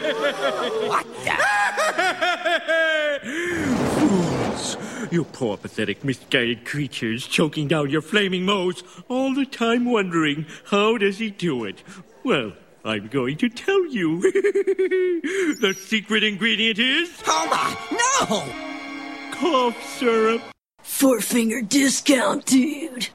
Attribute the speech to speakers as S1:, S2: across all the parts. S1: What
S2: You poor, pathetic, misguided creatures choking down your flaming moles, all the time wondering, how does he do it? Well, I'm going to tell you. the secret ingredient is
S1: Homa! No!
S2: cough syrup.
S3: Four finger discount, dude.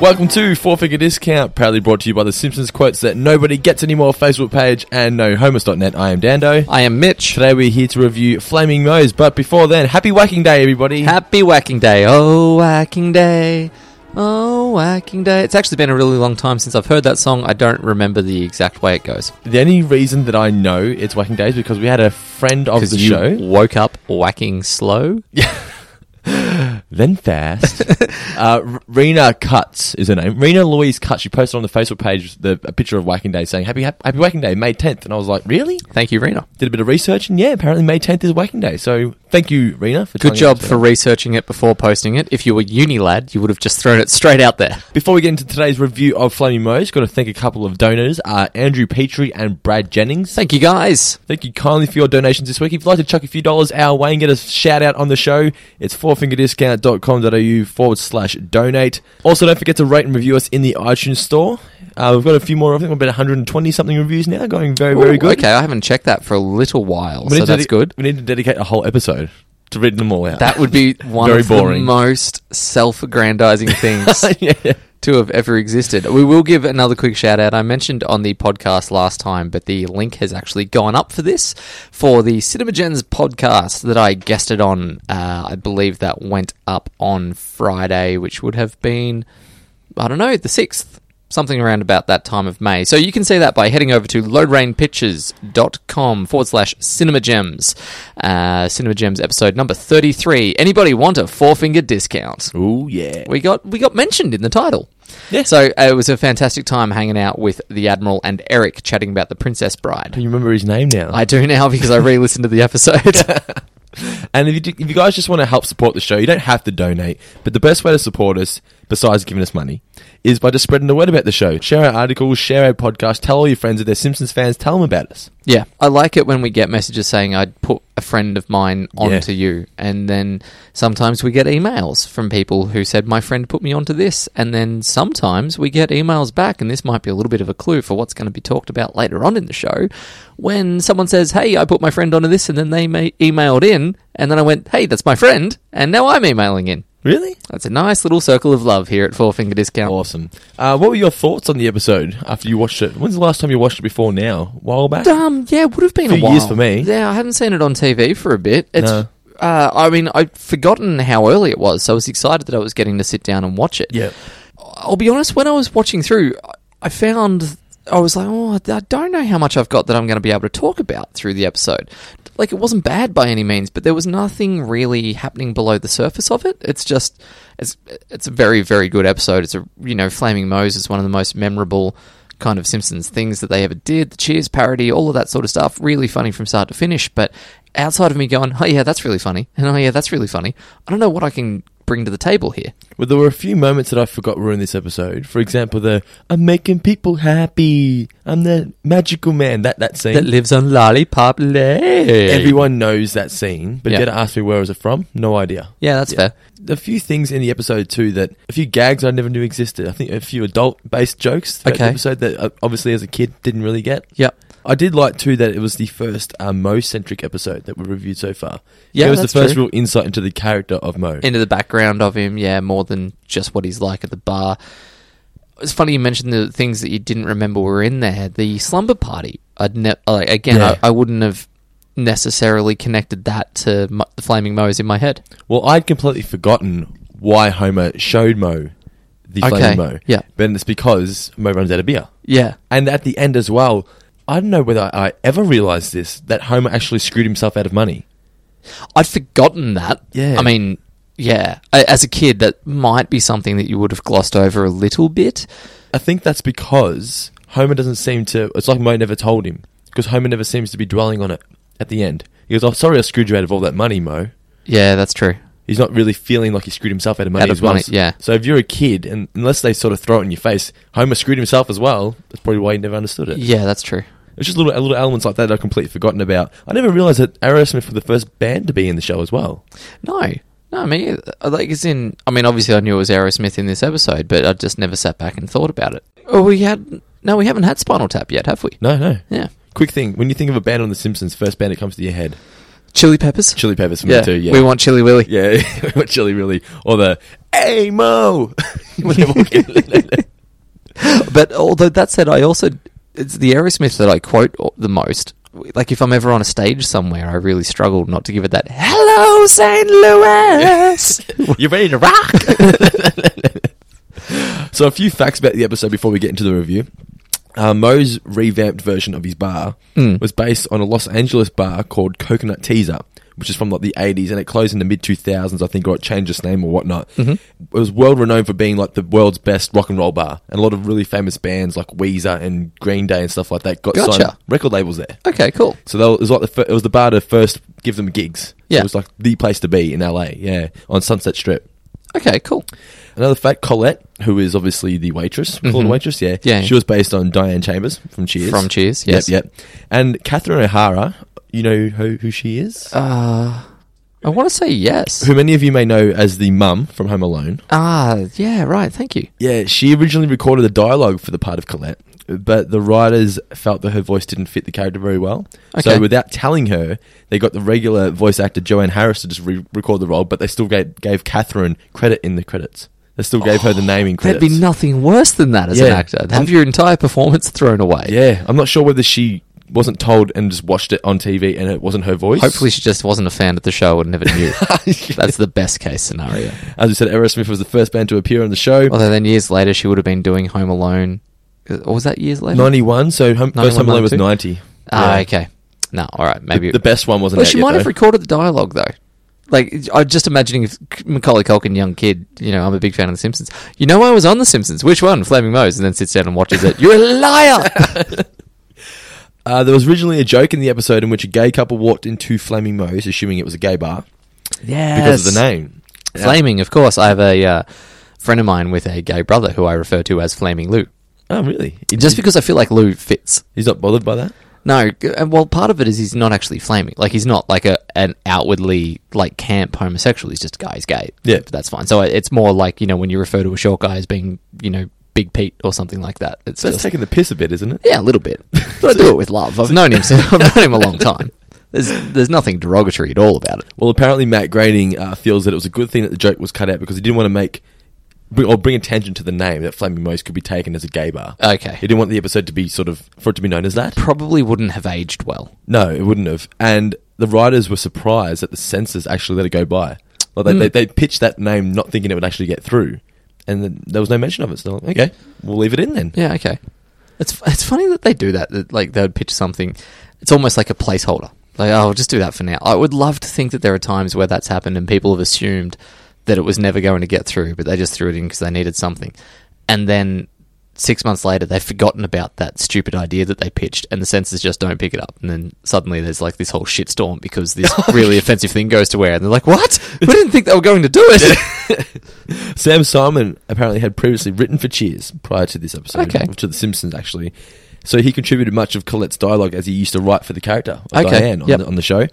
S4: Welcome to Four Figure Discount, proudly brought to you by the Simpsons Quotes That Nobody Gets Anymore Facebook page and nohomers.net. I am Dando.
S5: I am Mitch.
S4: Today we're here to review Flaming Moe's, but before then, happy whacking day, everybody.
S5: Happy Whacking Day. Oh, Whacking Day. Oh, Whacking Day. It's actually been a really long time since I've heard that song. I don't remember the exact way it goes.
S4: the only reason that I know it's whacking day is because we had a friend of
S5: Because
S4: the
S5: you
S4: show,
S5: woke up whacking slow.
S4: then fast. uh, R- Rena Cuts is her name. Rena Louise Cuts. She posted on the Facebook page the, a picture of whacking day saying, Happy, happy Whacking Day, May 10th. And I was like, Really?
S5: Thank you, Rena.
S4: Did a bit of research, and yeah, apparently May 10th is whacking day. So thank you, Rena, for
S5: Good
S4: telling
S5: job
S4: us
S5: for
S4: that.
S5: researching it before posting it. If you were uni lad, you would have just thrown it straight out there.
S4: Before we get into today's review of Flaming Moe's, got to thank a couple of donors, uh, Andrew Petrie and Brad Jennings.
S5: Thank you, guys.
S4: Thank you kindly for your donations this week. If you'd like to chuck a few dollars our way and get a shout out on the show, it's fourfingerdiscount.com.au forward slash donate. Also, don't forget to rate and review us in the iTunes store. Uh, we've got a few more, I think we're about 120 something reviews now, going very, very
S5: Ooh,
S4: good.
S5: Okay, I haven't checked that for a little while,
S4: We need to
S5: so that's
S4: dedi-
S5: good.
S4: We need to dedicate a whole episode to reading them all out.
S5: That would be one
S4: Very
S5: of
S4: boring.
S5: the most self-aggrandizing things
S4: Yeah.
S5: to have ever existed. We will give another quick shout out. I mentioned on the podcast last time, but the link has actually gone up for this for the Cinemagens podcast that I guested on. Uh, I believe that went up on Friday, which would have been, I don't know, the 6th. Something around about that time of May. So you can see that by heading over to loadrainpictures.com forward slash cinemagems. Uh, cinemagems episode number 33. Anybody want a four finger discount?
S4: Ooh, yeah.
S5: we got we got mentioned in the title.
S4: Yeah.
S5: So uh, it was a fantastic time hanging out with the Admiral and Eric chatting about the Princess Bride.
S4: You remember his name now.
S5: I do now because I re-listened to the episode.
S4: And if you, do- if you guys just want to help support the show, you don't have to donate. But the best way to support us, besides giving us money, is by just spreading the word about the show. Share our articles, share our podcast, tell all your friends if they're Simpsons fans, tell them about us.
S5: yeah, I like it when we get messages saying I'd put a friend of mine onto you, and then sometimes we get emails from people who said my friend put me onto this, and then sometimes we get emails back, and this might be a little bit of a clue for what's going to be talked about later on in the show, when someone says, "Hey, I put my friend onto this," and then they ma- emailed in, and then I went, "Hey, that's my friend," and now I'm emailing in.
S4: Really?
S5: That's a nice little circle of love here at Four Finger Discount.
S4: Awesome. Uh, what were your thoughts on the episode after you watched it? When's the last time you watched it before now? A while back?
S5: Um, yeah, it would have been
S4: Few
S5: a while.
S4: years for me.
S5: Yeah, I hadn't seen it on TV for a bit. It's,
S4: No.
S5: uh, I mean, I'd forgotten how early it was, so I was excited that I was getting to sit down and watch it.
S4: Yeah.
S5: I'll be honest, when I was watching through, I- I found I was like, oh, I don't know how much I've got that I'm going to be able to talk about through the episode. Like, it wasn't bad by any means, but there was nothing really happening below the surface of it. It's just, it's, it's a very, very good episode. It's a, you know, Flaming Moe's is one of the most memorable kind of Simpsons things that they ever did. The Cheers parody, all of that sort of stuff. Really funny from start to finish, but outside of me going, oh, yeah, that's really funny, and oh, yeah, that's really funny, I don't know what I can bring to the table here.
S4: Well, there were a few moments that I forgot were in this episode. For example, the I'm making people happy. I'm the magical man. That, that scene.
S5: that lives on Lollipop Lake.
S4: Everyone knows that scene, but
S5: Yeah.
S4: you gotta ask me where is it from? No idea.
S5: yeah, that's fair.
S4: a few things in the episode too that a few gags I never knew existed. I think a few adult based jokes throughout the
S5: Okay.
S4: episode that uh, obviously as a kid didn't really get.
S5: Yep.
S4: I did like too that it was the first uh, Mo centric episode that we reviewed so far.
S5: Yeah,
S4: it was
S5: that's
S4: the first
S5: true.
S4: real insight into the character of Mo.
S5: Into the background of him, yeah, more than just what he's like at the bar. It's funny you mentioned the things that you didn't remember were in there. The slumber party. I'd ne- like, again,
S4: Yeah.
S5: I, I wouldn't have necessarily connected that to m- the Flaming Moes in my head.
S4: well, I'd completely forgotten why Homer showed Mo the
S5: Okay,
S4: flaming Mo.
S5: yeah.
S4: but it's because Mo runs out of beer.
S5: Yeah.
S4: And at the end as well, I don't know whether I ever realized this that Homer actually screwed himself out of money.
S5: I'd forgotten that.
S4: Yeah.
S5: I mean, yeah. I, as a kid, that might be something that you would have glossed over a little bit.
S4: I think that's because Homer doesn't seem to. It's like Mo never told him because Homer never seems to be dwelling on it. at the end. He goes, "Oh, sorry, I screwed you out of all that money, Mo."
S5: Yeah, that's true.
S4: He's not really feeling like he screwed himself out of money
S5: Out of
S4: as well.
S5: money, yeah.
S4: So if you're a kid, and unless they sort of throw it in your face, Homer screwed himself as well. That's probably why he never understood it.
S5: Yeah, that's true.
S4: It's just little little elements like that, that I've completely forgotten about. I never realised that Aerosmith were the first band to be in the show as well.
S5: No, no, I mean, like it's in. I mean, obviously, I knew it was Aerosmith in this episode, but I just never sat back and thought about it. Oh, we had no, we haven't had Spinal Tap yet, have we?
S4: No, no.
S5: Yeah,
S4: Quick thing: when you think of a band on The Simpsons, first band that comes to your head,
S5: Chili Peppers.
S4: Chili Peppers for
S5: yeah.
S4: me too. Yeah,
S5: we want Chili Willy.
S4: yeah, we want Chili really, or the Hey Mo. When they walk in.
S5: But although that said, I also it's the Aerosmith that I quote o- the most. Like if I'm ever on a stage somewhere, I really struggle not to give it that "Hello, St. Louis."
S4: You're ready to rock. so, a few facts about the episode before we get into the review. Uh, Moe's revamped version of his bar was based on a Los Angeles bar called Coconut Teaser, which is from like the 80s and it closed in the mid 2000s, I think, or it changed its name or whatnot. It was world renowned for being like the world's best rock and roll bar. And a lot of really famous bands like Weezer and Green Day and stuff like that got
S5: Gotcha.
S4: signed record labels there.
S5: okay, cool.
S4: So that was like the fir- it was the bar to first give them gigs.
S5: Yeah.
S4: So it was like the place to be in LA, yeah, on Sunset Strip.
S5: Okay, cool.
S4: Another fact, Colette, who is obviously the waitress, we call her waitress, yeah.
S5: Mm-hmm. Yeah.
S4: She was based on Diane Chambers from Cheers.
S5: From Cheers, yes.
S4: Yep, yep. And Catherine O'Hara, you know who, who she
S5: Uh,
S4: is?
S5: I want to say yes.
S4: who many of you may know as the mum from Home Alone.
S5: Ah, yeah, right. Thank you.
S4: Yeah, she originally recorded the dialogue for the part of Colette, but the writers felt that her voice didn't fit the character very well.
S5: Okay.
S4: So without telling her, they got the regular voice actor Joanne Harris to just re- record the role, but they still gave, gave Catherine credit in the credits. They still gave her the name in
S5: There'd
S4: credits.
S5: Oh, be nothing worse than that as an
S4: Yeah.
S5: actor. Have your entire performance thrown away.
S4: Yeah, I'm not sure whether she wasn't told and just watched it on TV and it wasn't her voice.
S5: Hopefully, she just wasn't a fan of the show and never knew. That's the best case scenario.
S4: as we said, Aerosmith was the first band to appear on the show.
S5: Although then years later, she would have been doing Home Alone. Or was that years later?
S4: 91, so home, first
S5: 91,
S4: Home Alone was
S5: 92?
S4: 90.
S5: Ah,
S4: Yeah.
S5: okay. No, all right, maybe
S4: The best one wasn't
S5: Well,
S4: out
S5: she
S4: yet,
S5: might have
S4: though.
S5: recorded the dialogue though. Like, I'm just imagining if Macaulay Culkin, young kid, you know, I'm a big fan of The Simpsons. You know, I was on The Simpsons. Which one? Flaming Moe's, and then sits down and watches it. You're a liar.
S4: Uh, there was originally a joke in the episode in which a gay couple walked into Flaming Moe's, assuming it was a gay bar
S5: yeah,
S4: because of the name.
S5: Flaming, of course. I have a uh, friend of mine with a gay brother who I refer to as Flaming Lou,
S4: Oh, really? He-
S5: just because I feel like Lou fits.
S4: he's not bothered by that.
S5: No, g- and well, part of it is he's not actually flaming. Like he's not like a an outwardly like camp homosexual. He's just a guy. He's gay.
S4: Yeah.
S5: but that's fine. So I- it's more like you know when you refer to a short guy as being you know Big Pete or something like that. It's
S4: That's
S5: just,
S4: taking the piss a bit, isn't it?
S5: yeah, a little bit. But I do it with love. I've known him. Since, I've known him a long time. There's there's nothing derogatory at all about it.
S4: Well, apparently Matt Groening uh, feels that it was a good thing that the joke was cut out because he didn't want to make br- or bring attention to the name that Flaming Moe's could be taken as a gay bar.
S5: Okay.
S4: He didn't want the episode to be sort of for it to be known as that.
S5: Probably wouldn't have aged well.
S4: No, it wouldn't have. And the writers were surprised that the censors actually let it go by. Like
S5: Mm.
S4: they, they, they pitched that name not thinking it would actually get through, and then there was no mention of it. So they're like, okay, we'll leave it in then.
S5: Yeah, okay. It's it's funny that they do that. That like they would pitch something. It's almost like a placeholder. Like oh, I'll just do that for now. I would love to think that there are times where that's happened and people have assumed that it was never going to get through, but they just threw it in because they needed something, and then. Six months later, they've forgotten about that stupid idea that they pitched, and the censors just don't pick it up. And then suddenly there's like this whole shitstorm because this really offensive thing goes to air, and they're like, "What? We didn't think they were going to do it."
S4: Sam Simon apparently had previously written for Cheers prior to this episode,
S5: Okay.
S4: to The Simpsons actually. So he contributed much of Colette's dialogue as he used to write for the character of
S5: Okay,
S4: Diane on,
S5: yep.
S4: the, on the show.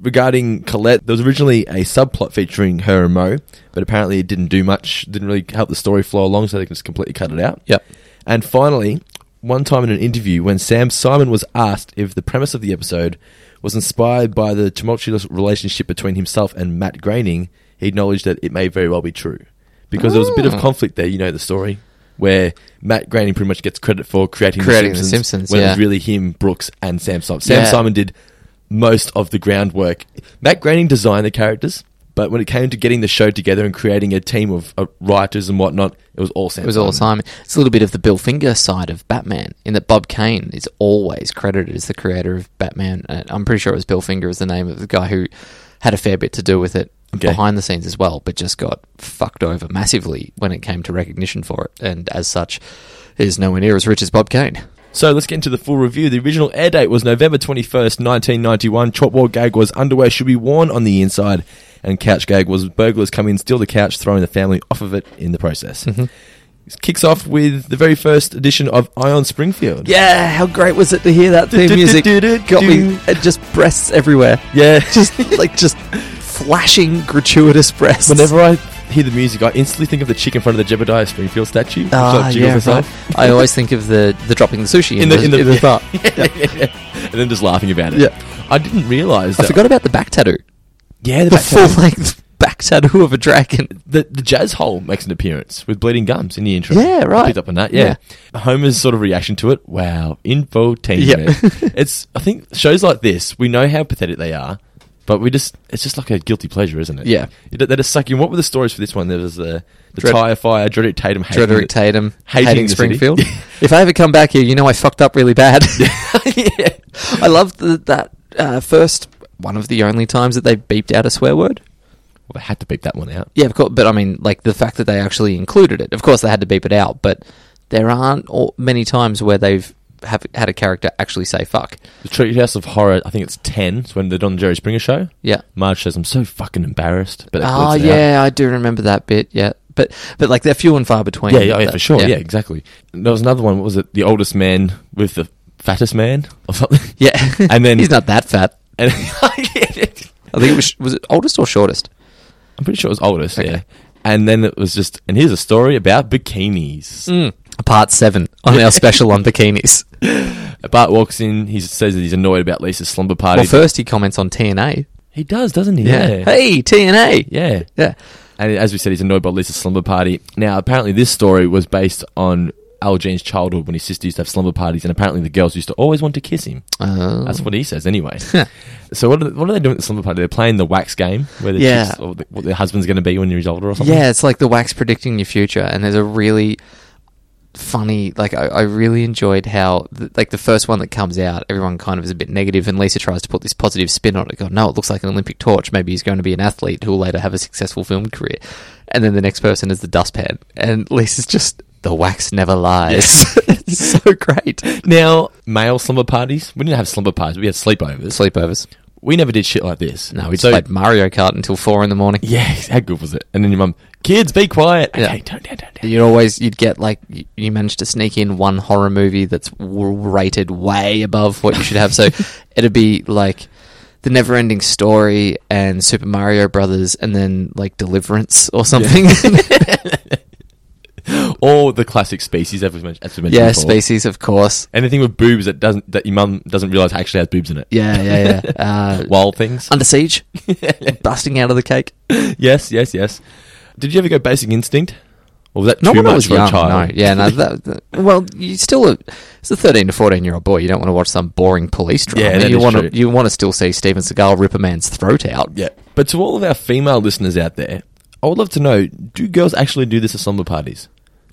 S4: Regarding Colette, there was originally a subplot featuring her and Mo, but apparently it didn't do much, didn't really help the story flow along, so they just completely cut it out.
S5: Yep.
S4: And finally, one time in an interview, when Sam Simon was asked if the premise of the episode was inspired by the tumultuous relationship between himself and Matt Groening, he acknowledged that it may very well be true. Because there was a bit of
S5: Ah.
S4: conflict there, you know the story, where Matt Groening pretty much gets credit for creating,
S5: Creating The
S4: the Simpsons,
S5: Simpsons,
S4: when it
S5: yeah.
S4: was really him, Brooks, and Sam Simon. Sam
S5: Yeah.
S4: Simon did most of the groundwork. Matt Groening designed the characters, but when it came to getting the show together and creating a team of uh, writers and whatnot, it was all Sam.
S5: It was all Simon. It's a little bit of the Bill Finger side of Batman, in that Bob Kane is always credited as the creator of Batman. And I'm pretty sure it was Bill Finger is the name of the guy who had a fair bit to do with it
S4: Okay.
S5: behind the scenes as well, but just got fucked over massively when it came to recognition for it, and as such, is nowhere near as rich as Bob Kane.
S4: So let's get into the full review. The original air date was November 21st, 1991. Chopwell gag was underwear should be worn on the inside, and couch gag was burglars come in, steal the couch, throwing the family off of it in the process.
S5: Mm-hmm.
S4: It kicks off with the very first edition of Ion Springfield.
S5: Yeah, how great was it to hear that theme music? Got me uh, just breasts everywhere.
S4: Yeah.
S5: Just like just flashing gratuitous breasts.
S4: Whenever I hear the music, I instantly think of the chick in front of the Jebediah Springfield statue. which,
S5: Ah,
S4: like, jiggles
S5: yeah, right.
S4: herself.
S5: I always think of the, the dropping the sushi in,
S4: In
S5: the,
S4: the- in the-
S5: in the bar.
S4: and then just laughing about it.
S5: Yeah.
S4: I didn't realize that.
S5: I forgot about the back tattoo.
S4: Yeah, the,
S5: The
S4: back
S5: full
S4: tattoo.
S5: length back tattoo of a dragon.
S4: the the jazz hole makes an appearance with bleeding gums in the intro.
S5: Yeah, right.
S4: I picked up on that. Yeah. Homer's sort of reaction to it. Wow, infotainment.
S5: Yeah.
S4: it's I think shows like this we know how pathetic they are, but we just it's just like a guilty pleasure, isn't it?
S5: Yeah.
S4: It- they just suck you. in. What were the stories for this one? There was the the
S5: Dred-
S4: tire fire, Dredrick Tatum, hating
S5: Frederick
S4: it.
S5: Tatum hating,
S4: hating the city.
S5: Springfield. if I ever come back here, you know I fucked up really bad. I loved the, that uh, first one of the only times that they beeped out a swear word.
S4: Well, they had to beep that one out.
S5: Yeah, of course. But I mean, like the fact that they actually included it. Of course, they had to beep it out, but there aren't all, many times where they've have had a character actually say fuck.
S4: The Treehouse of Horror. I think it's ten. It's when the Don and Jerry Springer show.
S5: Yeah.
S4: Marge says, "I'm so fucking embarrassed." But it
S5: Oh
S4: bleeds it out.
S5: yeah, I do remember that bit. Yeah, but but like they're few and far between.
S4: Yeah, yeah, yeah,
S5: That-
S4: for sure. Yeah. exactly. There was another one. What was it? The oldest man with the fattest man or something.
S5: yeah.
S4: And then-
S5: he's not that fat.
S4: And
S5: I think it was was it oldest or shortest.
S4: I'm pretty sure it was oldest. Yeah.
S5: Okay.
S4: And then it was just. And here's a story about bikinis.
S5: Mm. Part seven on our special on bikinis.
S4: Bart walks in. He says that he's annoyed about Lisa's slumber party.
S5: Well, first he comments on TNA.
S4: he does, doesn't he?
S5: Hey TNA.
S4: Yeah.
S5: Yeah.
S4: And as we said, he's annoyed by Lisa's slumber party. Now, apparently, this story was based on Al Jean's childhood when his sister used to have slumber parties, and apparently, the girls used to always want to kiss him.
S5: Oh.
S4: That's what he says, anyway. so, what are, they, what are they doing at the slumber party? They're playing the wax game, where they
S5: Yeah.
S4: choose or the, what their husband's going to be when he's older or something.
S5: Yeah, it's like the wax predicting your future, and there's a really funny. Like I, I really enjoyed how th- like the first one that comes out, everyone kind of is a bit negative, and Lisa tries to put this positive spin on it. Go, no, it looks like an Olympic torch. Maybe he's going to be an athlete who will later have a successful film career. And then the next person is the dustpan, and Lisa's just the wax never lies. it's so great.
S4: Now, male slumber parties. We didn't have slumber parties, we had sleepovers.
S5: Sleepovers.
S4: we never did shit like this.
S5: No, we just
S4: So-
S5: played Mario Kart until four in the morning.
S4: Yeah, how good was it? And then your mum, kids, be quiet.
S5: Yeah.
S4: Okay, down, down, down, down.
S5: You'd always you'd get like you, you managed to sneak in one horror movie that's w- rated way above what you should have. So it'd be like the Neverending Story and Super Mario Brothers, and then like Deliverance or something. Yeah,
S4: All the classic species, as we mentioned, as we mentioned before.
S5: Species, of course.
S4: Anything with boobs that doesn't that your mum doesn't realize actually has boobs in it.
S5: Yeah, yeah, yeah. Uh,
S4: Wild things.
S5: Under Siege, busting out of the cake.
S4: yes, yes, yes. Did you ever go Basic Instinct? Or was that
S5: Not
S4: too
S5: when
S4: much
S5: I was
S4: for
S5: young.
S4: a child?
S5: No, yeah, no. That, that- well, you still a, it's a thirteen to fourteen year old boy. You don't want to watch some boring police drama.
S4: Yeah, that
S5: you
S4: is
S5: want
S4: true.
S5: to you want to still see Steven Seagal rip a man's throat out.
S4: Yeah. But to all of our female listeners out there, I would love to know: Do girls actually do this at slumber parties?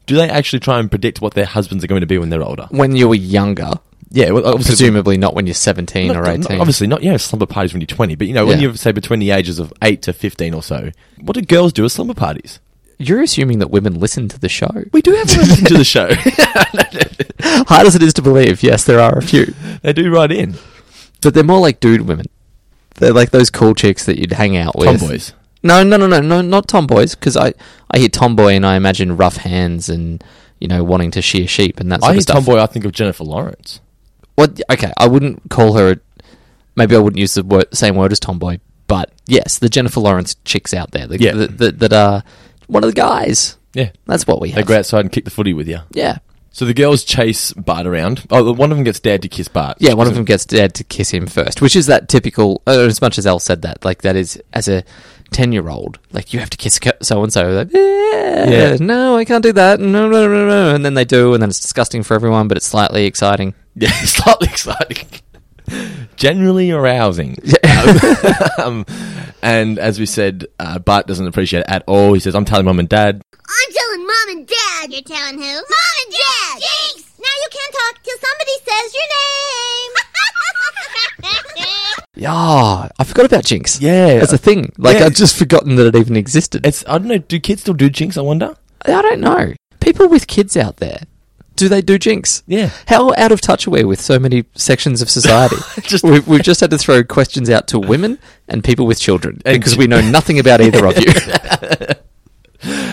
S4: Do they actually try and predict what their husbands are going to be when they're older?
S5: when you were younger.
S4: Yeah, well, obviously,
S5: Presumably not when you're 17
S4: not-
S5: or
S4: not-
S5: 18.
S4: obviously not. Yeah, slumber parties when you're 20, but you know when
S5: Yeah.
S4: you're say between the ages of eight to 15 or so. What do girls do at slumber parties?
S5: You're assuming that women listen to the show.
S4: We do have women to the show.
S5: Hard as it is to believe, yes, there are a few.
S4: they do right in.
S5: But they're more like dude women. They're like those cool chicks that you'd hang out with.
S4: Tomboys.
S5: No, no, no, no, no, not tomboys, because I, I hear tomboy and I imagine rough hands and, you know, wanting to shear sheep and that sort
S4: I
S5: of
S4: hear
S5: stuff.
S4: tomboy. I think of Jennifer Lawrence.
S5: What, okay, I wouldn't call her, a, maybe I wouldn't use the word, same word as tomboy, but yes, the Jennifer Lawrence chicks out there the,
S4: Yeah.
S5: the, the, that are one of the guys.
S4: Yeah,
S5: That's what we have.
S4: they go outside and kick the footy with you.
S5: Yeah.
S4: So the girls chase Bart around. Oh, one of them gets dad to kiss Bart.
S5: Yeah, one of them gets dad to kiss him first, which is that typical. Uh, as much as Elle said that, like that is as a ten-year-old, like you have to kiss so and so. Like, yeah,
S4: Yeah.
S5: no, I can't do that. No, no, no, no. And then they do, and then it's disgusting for everyone, but it's slightly exciting.
S4: Yeah, slightly exciting. Generally arousing. um, and as we said, uh, Bart doesn't appreciate it at all. He says, I'm telling mum and dad.
S6: I'm telling mom and dad. You're telling who? Mom and dad. Jinx. Now you can't talk till somebody says your name.
S5: Yeah, Ah, I forgot about Jinx.
S4: Yeah.
S5: as a thing. Like
S4: Yeah.
S5: I've just forgotten that it even existed.
S4: It's, I don't know, do kids still do jinx, I wonder?
S5: I don't know. People with kids out there, do they do Jinx?
S4: Yeah.
S5: How out of touch are we with so many sections of society?
S4: Just-
S5: we've, we've just had to throw questions out to women and people with children
S4: And
S5: because
S4: ch-
S5: we know nothing about either of you.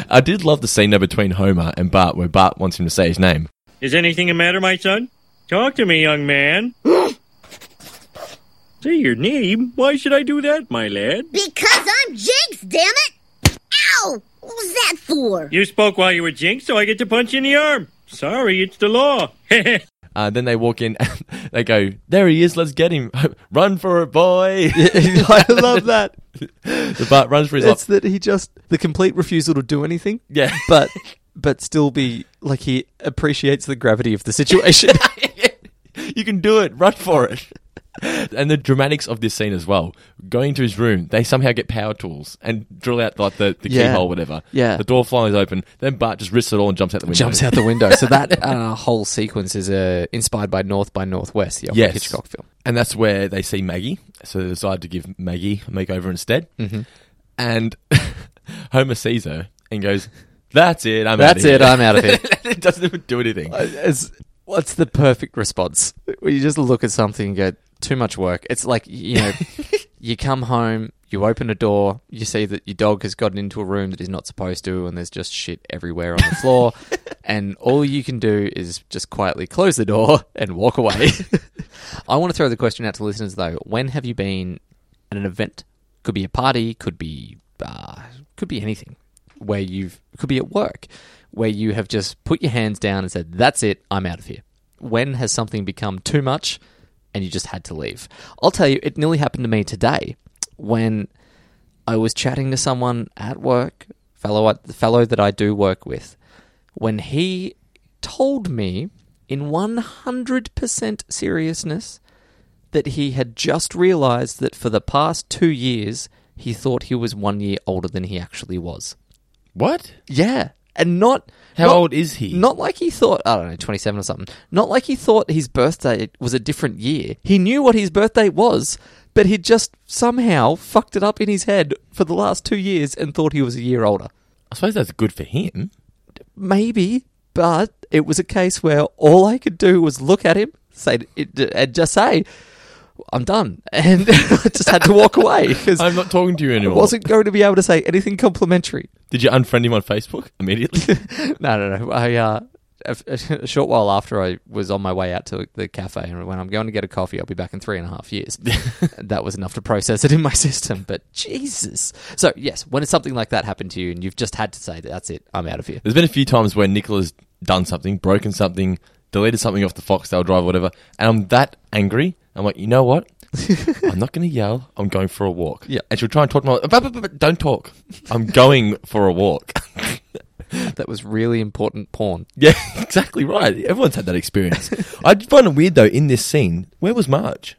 S4: I did love the scene though between Homer and Bart where Bart wants him to say his name.
S2: Is anything the matter, my son? Talk to me, young man. Say your name. Why should I do that, my lad?
S6: Because I'm Jinx, damn it! Ow! What was that for?
S2: You spoke while you were jinxed, so I get to punch you in the arm. Sorry, it's the law.
S4: Uh, then they walk in and they go, There he is, let's get him. Run for it, boy.
S5: I love that.
S4: the Bart runs for his
S5: It's
S4: life.
S5: that he just the complete refusal to do anything.
S4: Yeah.
S5: but but still be like he appreciates the gravity of the situation.
S4: you can do it. Run for it. And the dramatics of this scene as well. Going to his room, they somehow get power tools and drill out like the, the
S5: Yeah.
S4: keyhole, whatever.
S5: Yeah.
S4: The door flies open. Then Bart just risks it all and jumps out the window.
S5: Jumps out the window. So that uh, whole sequence is uh, inspired by North by Northwest, the Alfred
S4: Yes.
S5: Hitchcock film.
S4: And that's where they see Maggie. So they decide to give Maggie a makeover instead. Mm-hmm. And Homer sees her and goes, That's it. I'm
S5: That's
S4: outta
S5: it.
S4: here."
S5: I'm out of here.
S4: it doesn't even do anything.
S5: It's, Uh, what's the perfect response? Where you just look at something and go, too much work. It's like, you know, you come home, you open a door, you see that your dog has gotten into a room that he's not supposed to, and there's just shit everywhere on the floor. and all you can do is just quietly close the door and walk away. I want to throw the question out to listeners, though. When have you been at an event? Could be a party, could be, uh, could be anything where you've could be at work where you have just put your hands down and said that's it i'm out of here when has something become too much and you just had to leave i'll tell you it nearly happened to me today when i was chatting to someone at work fellow the fellow that i do work with when he told me in 100% seriousness that he had just realized that for the past 2 years he thought he was 1 year older than he actually was
S4: What?
S5: yeah. And not
S4: How
S5: not-
S4: old is he?
S5: Not like he thought I don't know, twenty seven or something. Not like he thought his birthday was a different year. He knew what his birthday was, but he just somehow fucked it up in his head for the last two years and thought he was a year older.
S4: I suppose that's good for him.
S5: Maybe, but it was a case where all I could do was look at him, say it, and just say, "I'm done," and I just had to walk away because
S4: I'm
S5: I
S4: not talking to you anymore.
S5: wasn't going to be able to say anything complimentary.
S4: Did you unfriend him on Facebook immediately?
S5: no, no, no. I, uh, a, a short while after I was on my way out to the cafe, and when I'm going to get a coffee, I'll be back in three and a half years. that was enough to process it in my system. But Jesus. So, yes, when something like that happened to you and you've just had to say, that's it, I'm out of here.
S4: There's been a few times where Nicola's done something, broken something, deleted something off the Foxtail drive, or whatever, and I'm that angry. I'm like, you know what? I'm not going to yell. I'm going for a walk.
S5: Yeah.
S4: And she'll try and talk to me. Like, but, but, but, but, don't talk. I'm going for a walk.
S5: That was really important porn.
S4: yeah, exactly right. Everyone's had that experience. I did find it weird though. In this scene, where was Marge?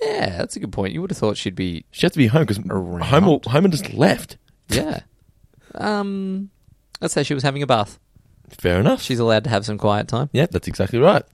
S5: Yeah, that's a good point. You would have thought she'd be,
S4: She had to be home because Homer, Homer just left.
S5: yeah. Um, let's say she was having a bath.
S4: Fair enough.
S5: She's allowed to have some quiet time.
S4: Yeah, that's exactly right.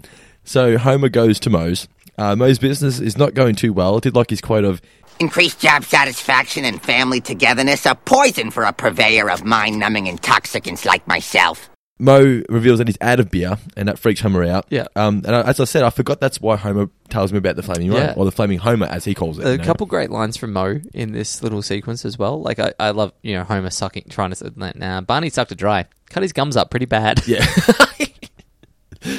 S4: So Homer goes to Moe's. Uh, Moe's business is not going too well. I did like his quote of,
S7: Increased job satisfaction and family togetherness are poison for a purveyor of mind numbing intoxicants like myself.
S4: Mo reveals that he's out of beer, and that freaks Homer out.
S5: Yeah.
S4: Um, and I, as I said, I forgot that's why Homer tells me about the flaming
S5: Yeah.
S4: Rhino, or the flaming Homer, as he calls it. you
S5: a
S4: know.
S5: couple great lines from Mo in this little sequence as well. Like I, I love you know Homer sucking, trying to nah, Barney sucked it dry, cut his gums up pretty bad.
S4: Yeah.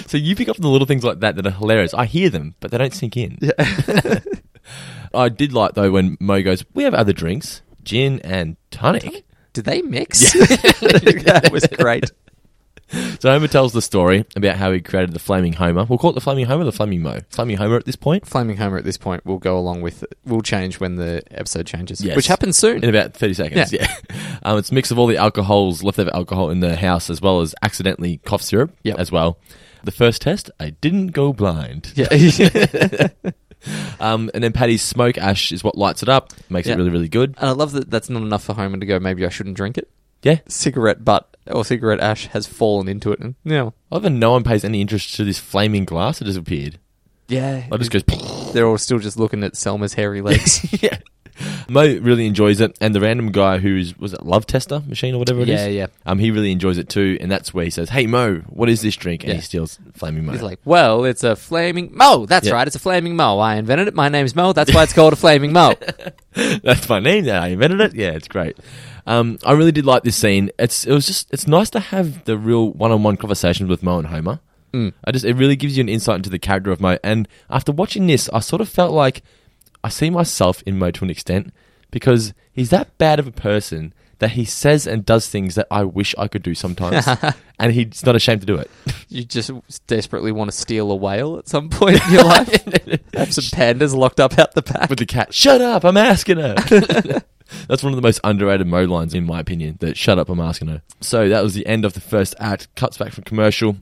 S4: so you pick up on the little things like that that are hilarious. I hear them, but they don't sink in. I did like though when Mo goes, "We have other drinks, gin and tonic."
S5: Did they mix? that was great.
S4: So Homer tells the story about how he created the flaming Homer. We'll call it the flaming Homer, the flaming Mo, flaming Homer at this point.
S5: Flaming Homer at this point will go along with will change when the episode changes,
S4: Yes.
S5: which happens soon.
S4: in about 30 seconds.
S5: Yeah.
S4: Yeah. Um, it's a mix of all the alcohols, leftover alcohol in the house, as well as accidentally cough syrup
S5: Yep.
S4: as well. The first test, I didn't go blind.
S5: yeah.
S4: Um, and then Patty's smoke ash is what lights it up, makes
S5: Yeah.
S4: it really, really good.
S5: And I love that that's not enough for Homer to go. Maybe I shouldn't drink it.
S4: Yeah.
S5: Cigarette butt or cigarette ash has fallen into it. And, yeah,
S4: I love that no one pays any interest to this flaming glass that has appeared.
S5: yeah.
S4: I just goes,
S5: They're all still just looking at Selma's hairy legs.
S4: yeah. Mo really enjoys it, and the random guy who's was it Love Tester Machine or whatever it is.
S5: Yeah, yeah.
S4: Um, he really enjoys it too, and that's where he says, "Hey Mo, what is this drink?" And
S5: Yeah.
S4: he steals Flaming Mo.
S5: He's like, well, it's a flaming mo. That's
S4: Yeah.
S5: right, it's a flaming mo. I invented it. My name's Mo. That's why it's called a flaming mo.
S4: That's my name. That I invented it. Yeah, it's great. Um, I really did like this scene. It's it was just it's nice to have the real one on one conversations with Mo and Homer. Mm. I just it really gives you an insight into the character of Mo. And after watching this, I sort of felt like I see myself in Mo to an extent because he's that bad of a person that he says and does things that I wish I could do sometimes, and he's not ashamed to do it.
S5: you just desperately want to steal a whale at some point in your life. Have some pandas locked up out the back.
S4: with the cat. Shut up! I'm asking her. That's one of the most underrated Mo lines, in my opinion. That shut up, I'm asking her. So that was the end of the first act. Cuts back from commercial,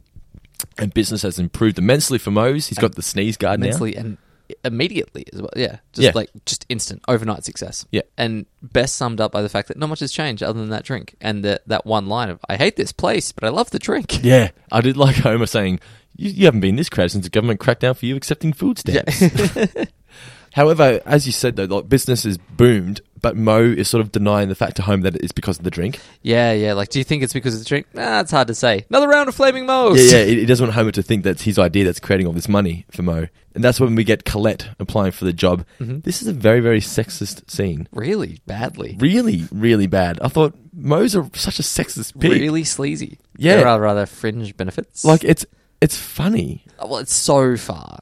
S4: and business has improved immensely for Mo's. He's got the sneeze guard now.
S5: immensely and immediately as well. Yeah, just
S4: Yeah.
S5: like just instant overnight success.
S4: Yeah.
S5: and best summed up by the fact that not much has changed other than that drink and that that one line of "I hate this place, but I love the drink."
S4: Yeah, I did like Homer saying, "You, you haven't been this crowded since the government cracked down for you accepting food stamps." However, as you said though, like, business has boomed, but Mo is sort of denying the fact to home that it's because of the drink.
S5: yeah, yeah. Like, do you think it's because of the drink? Nah, it's hard to say. Another round of flaming moles.
S4: Yeah, yeah. He he doesn't want Homer to think that's his idea that's creating all this money for Mo. And that's when we get Colette applying for the job.
S5: Mm-hmm.
S4: This is a very, very sexist scene.
S5: really badly.
S4: Really, really bad. I thought Mo's a, such a sexist pig.
S5: Really sleazy.
S4: Yeah.
S5: There are rather fringe benefits. Uh,
S4: Like it's it's funny.
S5: well, it's so far.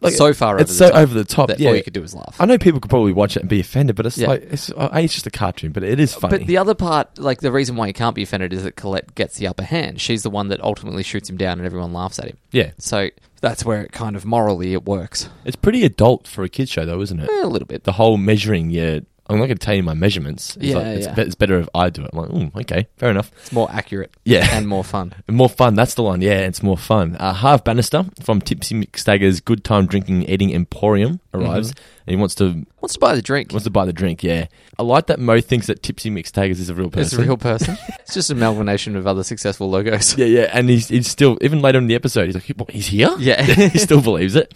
S4: Like
S5: so far over
S4: it's
S5: the
S4: so
S5: top
S4: over the top.
S5: that
S4: yeah,
S5: all you could do is laugh.
S4: I know people could probably watch it and be offended, but it's
S5: Yeah.
S4: like it's, uh, A, it's just a cartoon, but it is funny.
S5: But the other part, like the reason why he can't be offended is that Colette gets the upper hand. She's the one that ultimately shoots him down and everyone laughs at him.
S4: yeah,
S5: So that's where it kind of morally it works.
S4: it's pretty adult for a kids show, though, isn't it?
S5: Eh, a little bit.
S4: The whole measuring. Yeah, I'm not going to tell you my measurements. It's
S5: Yeah,
S4: like, it's,
S5: yeah.
S4: be- it's better if I do it. I'm like, "Ooh, okay, fair enough.
S5: It's more accurate.
S4: Yeah.
S5: And more fun.
S4: More fun, that's the one. Yeah, it's more fun. Uh, Harv Bannister from Tipsy McStagger's Good Time Drinking Eating Emporium arrives
S5: Mm-hmm.
S4: and he wants to
S5: Wants to buy the drink.
S4: wants to buy the drink. Yeah, I like that Mo thinks that Tipsy McStagger's is a real person.
S5: It's a real person. it's just a amalgamation of other successful logos.
S4: Yeah, yeah, and he's, he's still even later in the episode he's like, "What, he's here.
S5: Yeah.
S4: he still believes it.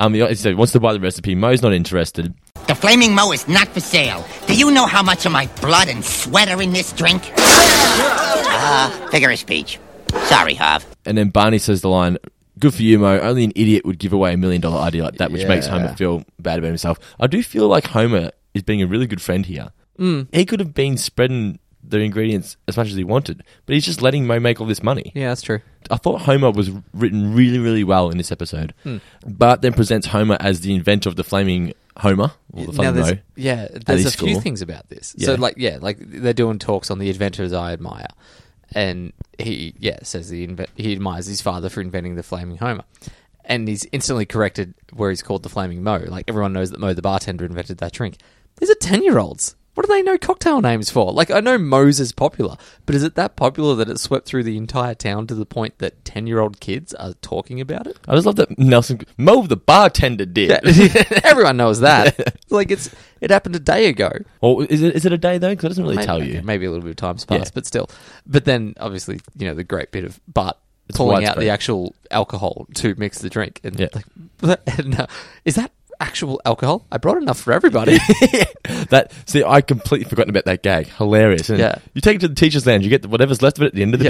S4: Um, he, so he wants to buy the recipe. Mo's not interested.
S7: The Flaming Mo is not for sale. Do you know how much of my blood and sweat are in this drink? Ah, figure of speech. Sorry, Harv.
S4: And then Barney says the line, "Good for you, Mo. Only an idiot would give away a million dollar idea like that," which makes
S5: Yeah.
S4: Homer feel bad about himself. I do feel like Homer is being a really good friend here. Mm. He could have been spreading the ingredients as much as he wanted, but he's just letting Mo make all this money.
S5: Yeah, that's true.
S4: I thought Homer was written really, really well in this episode,
S5: Hmm.
S4: but then presents Homer as the inventor of the flaming Homer or the flaming
S5: there's,
S4: Mo.
S5: yeah, there's
S4: his
S5: a few
S4: school.
S5: things about this. So
S4: Yeah.
S5: like yeah, like they're doing talks on the adventures I admire, and he yeah says the inve- he admires his father for inventing the flaming Homer, and he's instantly corrected where he's called the flaming Mo. Like everyone knows that Mo the bartender invented that drink. These are ten year olds. What do they know cocktail names for? Like I know Mo's is popular, but is it that popular that it swept through the entire town to the point that ten year old kids are talking about it?
S4: I just love that Nelson Mo the bartender did.
S5: Everyone knows that. like it's it happened a day ago.
S4: or is it is it a day though? Because it doesn't really
S5: Maybe-
S4: tell
S5: okay,
S4: you.
S5: Maybe a little bit of time's passed,
S4: Yeah.
S5: but still. But then, obviously, you know, the great bit of Bart
S4: It's
S5: pulling out
S4: widespread.
S5: the actual alcohol to mix the drink. And,
S4: Yeah.
S5: like, "What? And, uh, is that actual alcohol? I brought enough for everybody.
S4: That see, I completely forgotten about that gag. Hilarious. And
S5: Yeah.
S4: You take it to the teacher's lounge, you get whatever's left of it at the end of the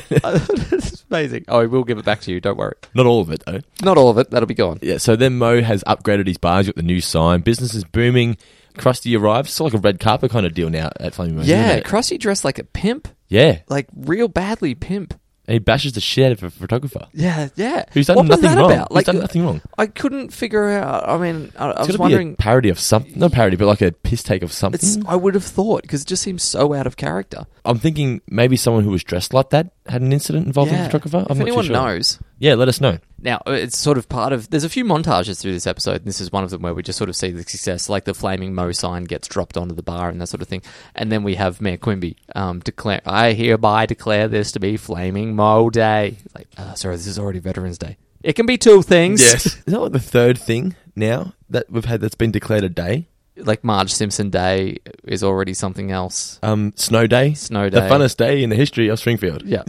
S4: day.
S5: it's amazing. Oh, we'll give it back to you. Don't worry.
S4: Not all of it though.
S5: Not all of it. That'll be gone.
S4: Yeah. So then Mo has upgraded his bars. You got the new sign. Business is booming. Krusty arrives. It's like a red carpet kind of deal now at Flaming Moon.
S5: Yeah,
S4: isn't it?
S5: Krusty dressed like a pimp,
S4: yeah.
S5: like real badly pimp.
S4: And he bashes the shit out of a photographer.
S5: Yeah, yeah.
S4: Who's done
S5: what was
S4: nothing
S5: that
S4: wrong.
S5: About?
S4: Who's done nothing wrong.
S5: I couldn't figure out. I mean, I, I
S4: It's
S5: was
S4: got to
S5: wondering.
S4: be a parody of something. Not parody, but like a piss take of something.
S5: it's. I would have thought because it just seems so out of character.
S4: I'm thinking maybe someone who was dressed like that had an incident involving a photographer. I'm
S5: if
S4: not
S5: anyone
S4: too sure.
S5: knows,
S4: Yeah, let us know.
S5: Now, uh, it's sort of part of. There's a few montages through this episode, and this is one of them where we just sort of see the success, like the flaming Mo sign gets dropped onto the bar and that sort of thing. And then we have Mayor Quimby um, declare, I hereby declare this to be Flaming Mo Day. It's Like, uh, sorry, this is already Veterans Day. It can be two things.
S4: Is that like the third thing now that we've had that's been declared a day?
S5: Like Marge Simpson Day is already something else.
S4: Um, snow day.
S5: Snow
S4: The
S5: day.
S4: funnest day in the history of Springfield.
S5: Yeah.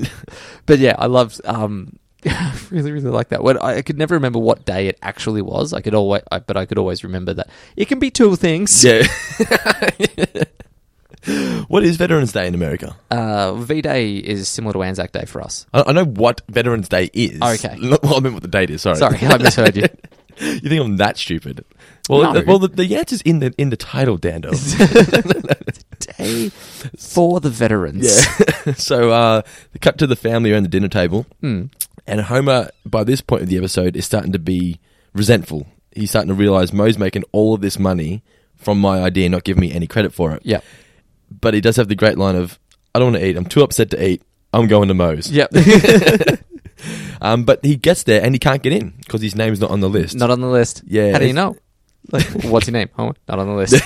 S5: but yeah, I love. Um, I really, really like that. When I, I could never remember what day it actually was. I could always, I, but I could always remember that it can be two things.
S4: Yeah. what is Veterans Day in America?
S5: Uh, V Day is similar to Anzac Day for us.
S4: I, I know what Veterans Day is.
S5: Oh, Okay.
S4: Not, well, I meant what the date is. Sorry.
S5: Sorry, I misheard you.
S4: you think I'm that stupid? Well,
S5: No.
S4: the, well, the, the answer's in the in the title, Dando.
S5: Day for the veterans.
S4: Yeah. so uh, they cut to the family around the dinner table,
S5: Hmm.
S4: and Homer, by this point of the episode, is starting to be resentful. He's starting to realize Moe's making all of this money from my idea, not giving me any credit for it.
S5: Yep.
S4: But he does have the great line of, "I don't want to eat. I'm too upset to eat. I'm going to Moe's."
S5: Yep.
S4: Um, but he gets there and he can't get in because his name's not on the list.
S5: Not on the list.
S4: Yeah,
S5: How do you
S4: it's-
S5: know? Like, what's your name? Oh, not on the list.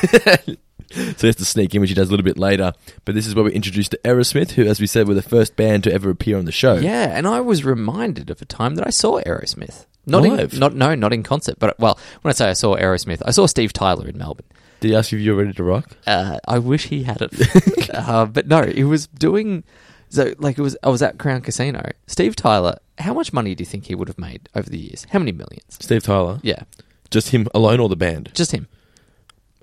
S4: So he has to sneak in, which he does a little bit later. But this is where we're introduced to Aerosmith, who, as we said, were the first band to ever appear on the show.
S5: Yeah, and I was reminded of a time that I saw Aerosmith. Not
S4: Live?
S5: in, not no, not in concert, but well, when I say I saw Aerosmith, I saw Steve Tyler in Melbourne.
S4: Did he ask you if you were ready to rock?
S5: Uh, I wish he had it, uh, but no, it was doing so. Like it was, I was at Crown Casino. Steve Tyler, how much money do you think he would have made over the years? How many millions?
S4: Steve Tyler.
S5: Yeah,
S4: Just him alone or the band?
S5: just him.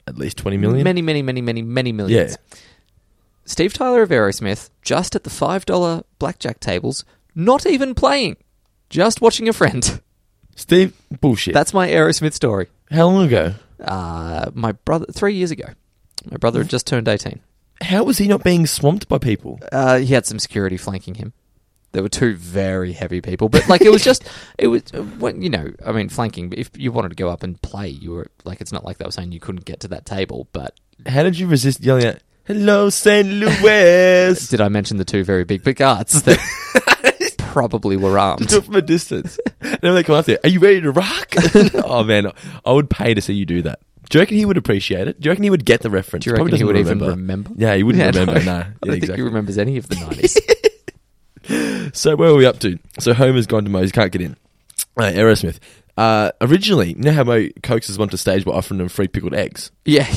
S4: At least 20 million?
S5: Many, many, many, many, many millions. Steve Tyler of Aerosmith, just at the five dollar blackjack tables, not even playing, just watching a friend.
S4: Steve, bullshit.
S5: That's my Aerosmith story.
S4: How long ago?
S5: uh, my brother three years ago. My brother had just turned eighteen.
S4: How was he not being swamped by people?
S5: Uh, he had some security flanking him. There were two very heavy people, but like it was just it was uh, when you know I mean flanking. If you wanted to go up and play, you were like it's not like they were saying you couldn't get to that table. But
S4: How did you resist yelling at, Hello, St. Louis?
S5: did I mention the two very big big guards that probably were armed?
S4: Do it from a distance. And then they come up there, Are you ready to rock? oh, man. I would pay to see you do that. Do you reckon he would appreciate it? Do you reckon he would get the reference?
S5: Do you reckon
S4: Probably
S5: he
S4: doesn't
S5: would even remember?
S4: Yeah, he wouldn't
S5: Yeah,
S4: remember. No,
S5: no. I
S4: Yeah,
S5: don't think
S4: exactly.
S5: he remembers any of the nineties.
S4: So where are we up to? So Homer's gone to Moe's, can't get in. Uh, Aerosmith. Uh, originally, you know how Moe coaxes them onto stage by offering them free pickled eggs?
S5: yeah,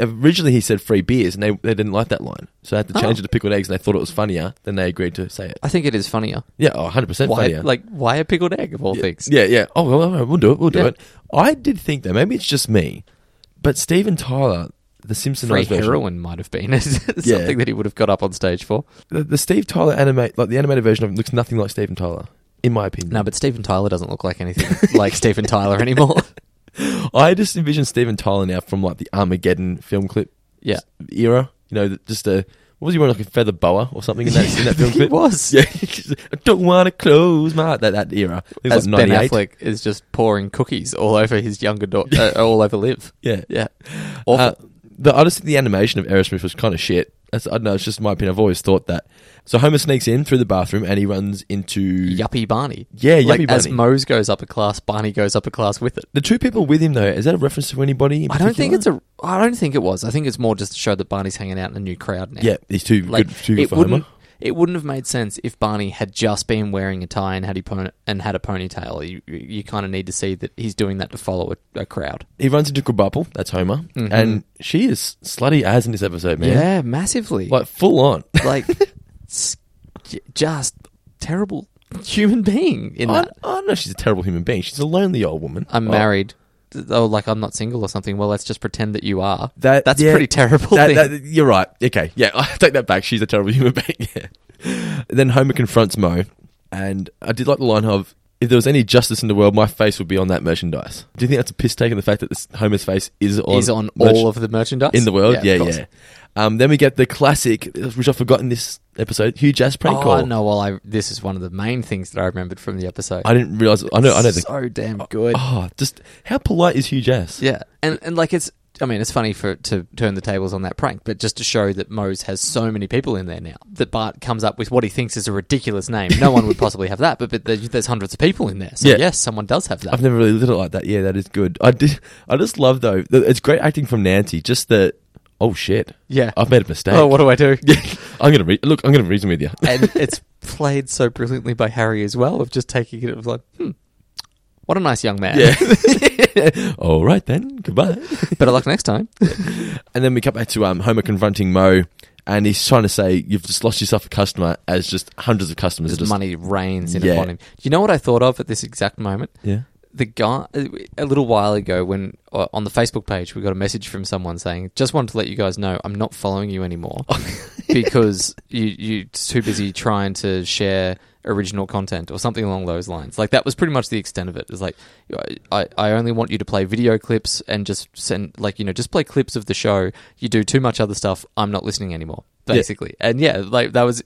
S4: Originally, he said free beers, and they, they didn't like that line. So they had to change
S5: Oh.
S4: it to pickled eggs, and they thought it was funnier, then they agreed to say it.
S5: I think it is funnier.
S4: Yeah, oh, 100%
S5: Why,
S4: funnier.
S5: like, why a pickled egg of all things?
S4: yeah, yeah. Oh, well, well, we'll do it, we'll do
S5: Yeah.
S4: it. I did think, though, maybe it's just me, but Steven Tyler, the
S5: Free
S4: Simpsonized version,
S5: heroin might have been something that he would have got up on stage for.
S4: the, the Steve Tyler animate, like the animated version of him looks nothing like Steven Tyler, in my opinion.
S5: No, but Steven Tyler doesn't look like anything like Steven Tyler anymore.
S4: I just envision Steven Tyler now from like the Armageddon film clip
S5: Yeah.
S4: era. You know, that- just a what was he wearing like a feather boa or something in that, in that film
S5: He
S4: clip?
S5: was.
S4: Yeah, I don't want to close my that that era. I think it was
S5: As
S4: like
S5: Ben
S4: 98.
S5: Affleck is just pouring cookies all over his younger daughter, uh, all over Liv.
S4: Yeah,
S5: Yeah.
S4: Uh,
S5: Awful.
S4: the I just think the animation of Aerosmith was kind of shit. That's, I don't know. It's just my opinion. I've always thought that. So Homer sneaks in through the bathroom and he runs into
S5: yuppie Barney.
S4: Yeah, yuppie
S5: like, As
S4: Barney.
S5: Mose goes up a class, Barney goes up a class with it.
S4: the two people with him though. Is that a reference to anybody? in
S5: I don't think
S4: particular?
S5: it's a. I don't think it was. I think it's more just to show that Barney's hanging out in a new crowd now.
S4: Yeah, these two
S5: like
S4: good, two good
S5: it
S4: for Homer.
S5: wouldn't. It wouldn't have made sense if Barney had just been wearing a tie and had a pon- and had a ponytail. You, you kind of need to see that he's doing that to follow a, a crowd.
S4: He runs into Krabappel. That's Homer, and she is slutty as in this episode, man.
S5: Mm-hmm. Yeah, massively.
S4: like full on.
S5: like s- j- just terrible human being in
S4: I,
S5: that.
S4: I know she's a terrible human being. She's a lonely old woman.
S5: I'm
S4: Oh,
S5: married. Oh, like I'm not single or something. Well, let's just pretend that you are.
S4: that-
S5: That's
S4: yeah,
S5: pretty terrible.
S4: that-
S5: thing.
S4: that- you're right. Okay, yeah, I take that back. She's a terrible human being. Yeah. Then Homer confronts Mo, and I did like the line of, "If there was any justice in the world, my face would be on that merchandise." Do you think that's a piss take in the fact that this Homer's face is on
S5: He's on
S4: merch-
S5: all of the merchandise
S4: in the world?
S5: of
S4: Yeah, yeah.
S5: course.
S4: Um, then we get the classic, which I've forgotten this episode, Hugh Jazz prank
S5: Oh
S4: call.
S5: no! Well, I this is one of the main things that I remembered from the episode.
S4: I didn't realize. I know. I know the.
S5: so damn good.
S4: Oh, just how polite is Hugh Jazz?
S5: Yeah, and and like it's. I mean, it's funny for to turn the tables on that prank, but just to show that Mose has so many people in there now that Bart comes up with what he thinks is a ridiculous name. No one would possibly have that, but, but there- there's hundreds of people in there. So
S4: Yeah.
S5: yes, someone does have that.
S4: I've never really looked at it like that. Yeah, that is good. I did. I just love though. th- It's great acting from Nancy. Just the oh shit.
S5: Yeah.
S4: I've made a mistake.
S5: oh, what do I do?
S4: I'm gonna re- look. I'm gonna reason with you.
S5: and it's played so brilliantly by Harry as well of just taking it of like, hmm, what a nice young man.
S4: All right then. Goodbye.
S5: Better luck next time.
S4: and then we cut back to um, Homer confronting Mo, and he's trying to say you've just lost yourself a customer as just hundreds of customers are
S5: Just
S4: just
S5: money rains in
S4: Yeah.
S5: upon him. Do you know what I thought of at this exact moment?
S4: Yeah.
S5: The guy a little while ago, when uh, on the Facebook page, we got a message from someone saying, "Just wanted to let you guys know I'm not following you anymore because you you're too busy trying to share original content or something along those lines." Like that was pretty much the extent of it. It's like I, I only want you to play video clips and just send like you know just play clips of the show. You do too much other stuff. I'm not listening anymore. Basically, and yeah, like that was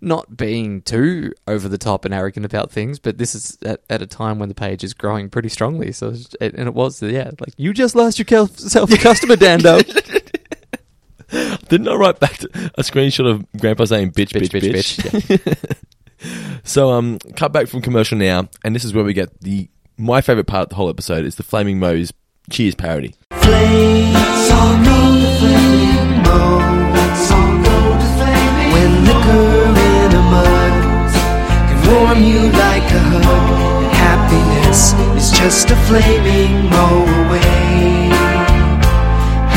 S5: not being too over the top and arrogant about things, but this is at, at a time when the page is growing pretty strongly. So, it's- and and it was, yeah, like you just lost yourself a customer, Dando.
S4: Didn't I write back to a screenshot of Grandpa saying bitch, bitch, bitch? So, um, cut back from commercial now, and this is where we get the my favorite part of the whole episode is the Flaming Moe's Cheers parody.
S1: When liquor in a mug can warm you like a hug, and happiness is just a flaming mo away.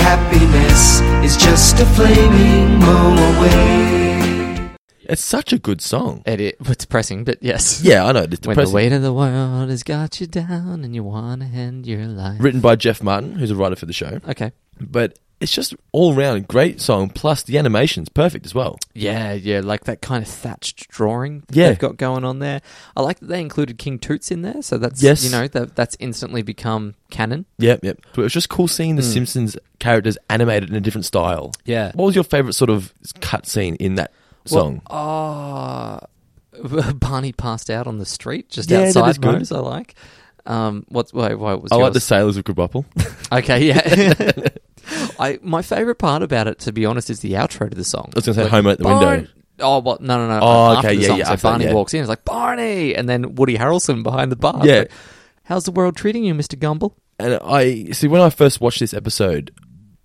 S1: Happiness is just a flaming mo away.
S4: It's such a good song.
S5: It is it's depressing, but yes.
S4: Yeah, I know. It's
S5: When the
S4: depressing.
S5: weight of the world has got you down and you want to end your life.
S4: Written by Jeff Martin, who's a writer for the show,
S5: Okay.
S4: but it's just all round great song. Plus the animation's perfect as well.
S5: Yeah, yeah, like that kind of thatched drawing that
S4: Yeah.
S5: they've got going on there. I like that they included King Toots in there, so that's
S4: Yes.
S5: you know that that's instantly become canon.
S4: Yep, yep. Hmm. But it was just cool seeing the Simpsons characters animated in a different style.
S5: Yeah.
S4: What was your favorite sort of cut scene in that song?
S5: Oh, Barney passed out on the street just
S4: Yeah, that is
S5: outside
S4: good.
S5: Moe's. I like. Um, what? Wait, wait, what was
S4: I like
S5: yours?
S4: the Sailors of Grubopple.
S5: Okay, yeah. I my favorite part about it, to be honest, is the outro to the song.
S4: I was gonna say Homer at the window.
S5: "Barn-" Oh, well, no, no, no.
S4: Oh,
S5: after
S4: okay,
S5: the
S4: yeah,
S5: song.
S4: yeah,
S5: So
S4: after that,
S5: Barney
S4: yeah.
S5: walks in, it's like Barney, and then Woody Harrelson behind the bar.
S4: Yeah.
S5: like, How's the world treating you, Mister Gumble?
S4: and I see when I first watched this episode,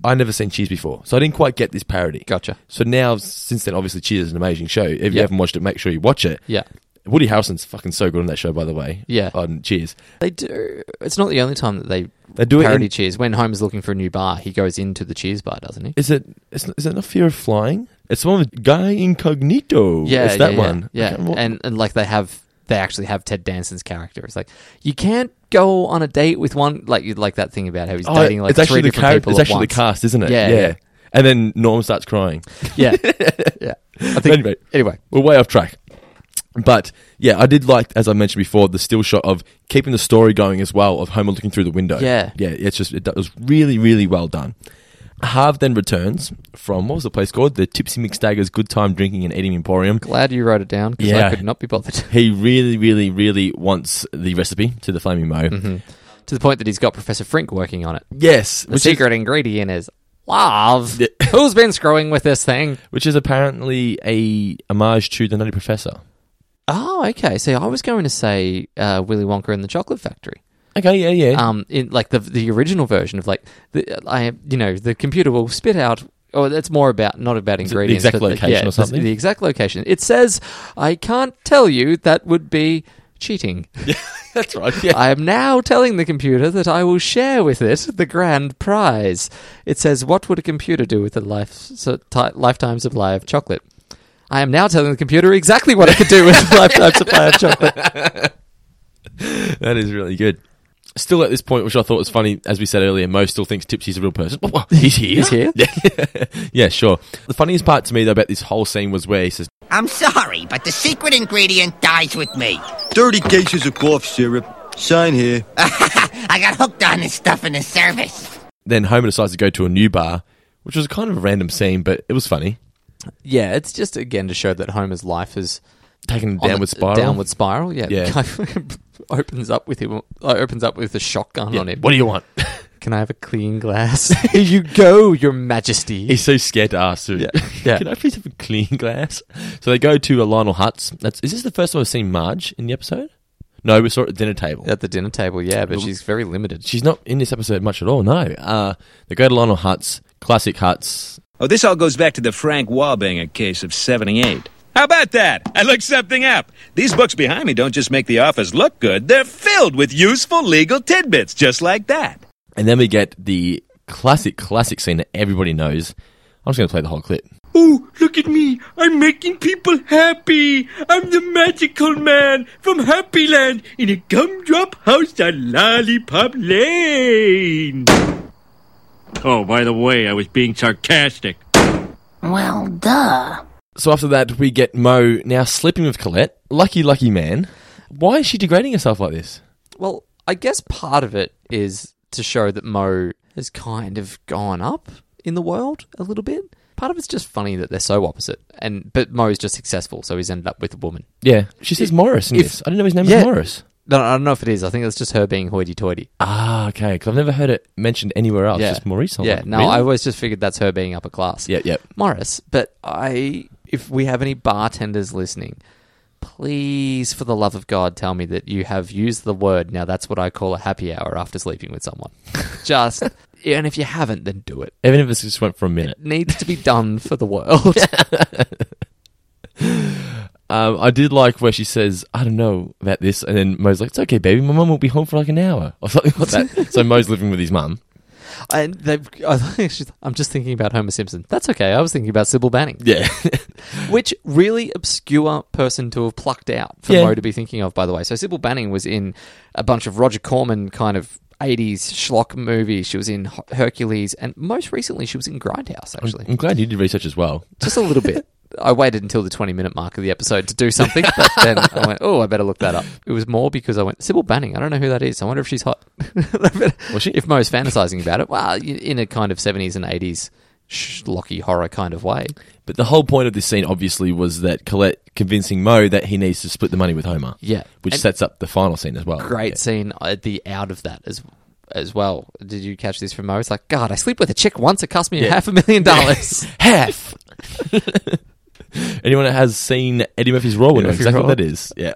S4: I never seen Cheers before, so I didn't quite get this parody.
S5: Gotcha.
S4: So now, since then, obviously Cheers is an amazing show. If you
S5: Yeah.
S4: haven't watched it, make sure you watch it.
S5: Yeah.
S4: Woody Harrelson's fucking so good on that show, by the way.
S5: Yeah.
S4: On Cheers,
S5: They do. It's not the only time that they
S4: They do it
S5: parody
S4: in-
S5: Cheers. When Homer's looking for a new bar, he goes into the Cheers bar, doesn't he?
S4: is it is, is it not Fear of Flying? It's the one with Guy Incognito.
S5: Yeah,
S4: it's that
S5: yeah, yeah,
S4: one. I
S5: Yeah,
S4: can't remember-
S5: and and like they have, they actually have Ted Danson's character. It's like you can't go on a date with one like you like that thing about how he's
S4: Oh,
S5: dating like
S4: it's actually
S5: three
S4: the
S5: different
S4: character.
S5: people
S4: It's
S5: at
S4: actually
S5: once.
S4: the cast, isn't it?
S5: Yeah, yeah.
S4: And then Norm starts crying.
S5: Yeah, yeah. I think
S4: Anyway.
S5: anyway.
S4: We're way off track. But yeah, I did like, as I mentioned before, the still shot of keeping the story going as well of Homer looking through the window.
S5: Yeah.
S4: yeah, it's just it was really, really well done. Harv then returns from what was the place called? The Tipsy McStagger's Good Time Drinking and Eating Emporium.
S5: Glad you wrote it down because
S4: Yeah.
S5: I could not be bothered
S4: He really, really, really wants the recipe to the flaming mo.
S5: to the point that he's got Professor Frink working on it.
S4: Yes,
S5: Mm-hmm. The secret ingredient is love.
S4: Yeah.
S5: Who's been screwing with this thing?
S4: which is apparently a homage to the Nutty Professor.
S5: Oh, okay. See, I was going to say uh, Willy Wonka and the Chocolate Factory.
S4: Okay, yeah, yeah.
S5: um, in like the the original version of like the I you know the computer will spit out. Oh, that's more about not about
S4: it the
S5: ingredients.
S4: exact
S5: but the-
S4: location
S5: yeah,
S4: or
S5: the-
S4: something?
S5: The, exact location. It says, "I can't tell you." That would be cheating.
S4: That's right. Yeah.
S5: I am now telling the computer that I will share with it the grand prize. It says, "What would a computer do with a life so, ti lifetime supply of chocolate?" I am now telling the computer exactly what it could do with a lifetime supply of chocolate.
S4: That is really good. Still at this point, which I thought was funny, as we said earlier, Mo still thinks Tipsy's a real person. He's here.
S5: He's here?
S4: Yeah. yeah, sure. The funniest part to me, though, about this whole scene was where he says,
S7: I'm sorry, but the secret ingredient dies with me.
S8: 30 cases of cough syrup. Sign here.
S7: I got hooked on this stuff in the service.
S4: then Homer decides to go to a new bar, which was kind of a random scene, but it was funny.
S5: Yeah, it's just again to show that Homer's life is.
S4: Taking a
S5: on the-
S4: downward spiral.
S5: Downward spiral. Yeah.
S4: Yeah.
S5: Guy opens up with him. uh, Opens up with a shotgun on him.
S4: What do you want?
S5: Can I have a clean glass? Here you go, Your Majesty.
S4: He's so scared to ask. too.
S5: Yeah. Yeah.
S4: Can I please have a clean glass? So they go to a Lionel Hutz. That's, is this the first time I've seen Marge in the episode? No, we saw it at the dinner table.
S5: At the dinner table, yeah, but she's very limited.
S4: She's not in this episode much at all, no. Uh, they go to Lionel Hutz, classic Hutz,
S9: Oh, this all goes back to the Frank Wabanger case of 78. How about that? I looked something up. These books behind me don't just make the office look good, they're filled with useful legal tidbits, just like that.
S4: And then we get the classic, classic scene that everybody knows. I'm just going to play the whole clip.
S2: Oh, look at me. I'm making people happy. I'm the magical man from Happy Land in a gumdrop house on Lollipop Lane. Oh, by the way, I was being sarcastic.
S6: Well, duh.
S4: So after that, we get Mo now sleeping with Colette. Lucky, lucky man. Why is she degrading herself like this?
S5: Well, I guess part of it is to show that Mo has kind of gone up in the world a little bit. Part of it's just funny that they're so opposite, and but Mo's just successful, so he's ended up with a woman.
S4: Yeah, she says Morris. In
S5: if-
S4: this. I didn't know his name
S5: Yeah.
S4: was Morris.
S5: No, I don't know if it is. I think it's just her being hoity-toity.
S4: Ah, okay. Because I've never heard it mentioned anywhere else. Just Maurice. I'm
S5: Yeah,
S4: like,
S5: no,
S4: really?
S5: I always just figured that's her being upper class.
S4: Yep, yep.
S5: Morris, but I, if we have any bartenders listening, please, for the love of God, tell me that you have used the word. Now that's what I call a happy hour after sleeping with someone. just, and if you haven't, then do it.
S4: Even if this just went for a minute.
S5: Needs to be done for the world.
S4: Um, I did like where she says, I don't know about this. And then Mo's like, it's okay, baby. My mum will be home for like an hour or something like that. so Mo's living with his mum.
S5: and they've, I think she's- I'm just thinking about Homer Simpson. That's okay. I was thinking about Sybil Banning,
S4: Yeah.
S5: which really obscure person to have plucked out for
S4: Yeah.
S5: Mo to be thinking of, by the way. So Sybil Banning was in a bunch of Roger Corman kind of. 80s schlock movies. She was in H- Hercules, and most recently she was in Grindhouse. Actually,
S4: I'm glad you did research as well.
S5: just a little bit. I waited until the 20 minute mark of the episode to do something, but then I went, oh, I better look that up. It was more because I went, Sybil Banning, I don't know who that is. I wonder if she's hot.
S4: Was she?
S5: If Mo's fantasizing about it, well, y- in a kind of 70s and 80s schlocky horror kind of way.
S4: But the whole point of this scene, obviously, was that Colette convincing Mo that he needs to split the money with Homer.
S5: Yeah.
S4: Which
S5: And-
S4: sets up the final scene as well.
S5: Great scene at the out of that as as well. Did you catch this from Mo? It's like, God, I sleep with a chick once. It cost me half a million dollars.
S4: Half. Anyone that has seen Eddie Murphy's Raw will know
S5: Murphy's
S4: exactly
S5: Raw.
S4: what that is. Yeah.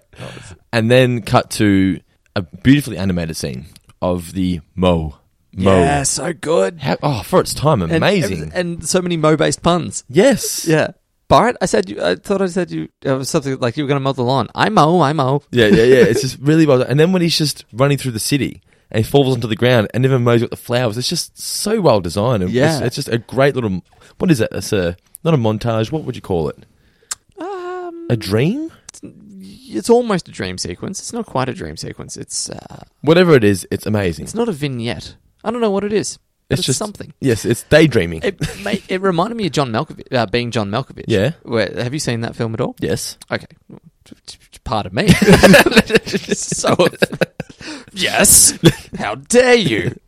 S4: And then cut to a beautifully animated scene of the Mo. Mo.
S5: Yeah, so good.
S4: How, oh, for its time,
S5: And-
S4: amazing.
S5: And, and so many Mo based puns.
S4: yes.
S5: Yeah. Barrett, I said you, I thought I said you uh, something like you were going to mow the lawn. I mow, I mow.
S4: Yeah, yeah, yeah. It's just really well done. And then when he's just running through the city and he falls onto the ground and never mows up the flowers, it's just so well designed. And
S5: Yeah.
S4: It's, it's just a great little. What is it? It's a. Not a montage. What would you call it? Um, a dream?
S5: It's almost a dream sequence. It's not quite a dream sequence. It's uh,
S4: Whatever it is, it's amazing.
S5: it's not a vignette. I don't know what it is. But it's,
S4: just
S5: something.
S4: Yes, it's daydreaming.
S5: It mate, it reminded me of John Malkovich uh, being John Malkovich.
S4: Yeah.
S5: Where, have you seen that film at all?
S4: yes.
S5: Okay. Pardon me. so, yes. How dare you?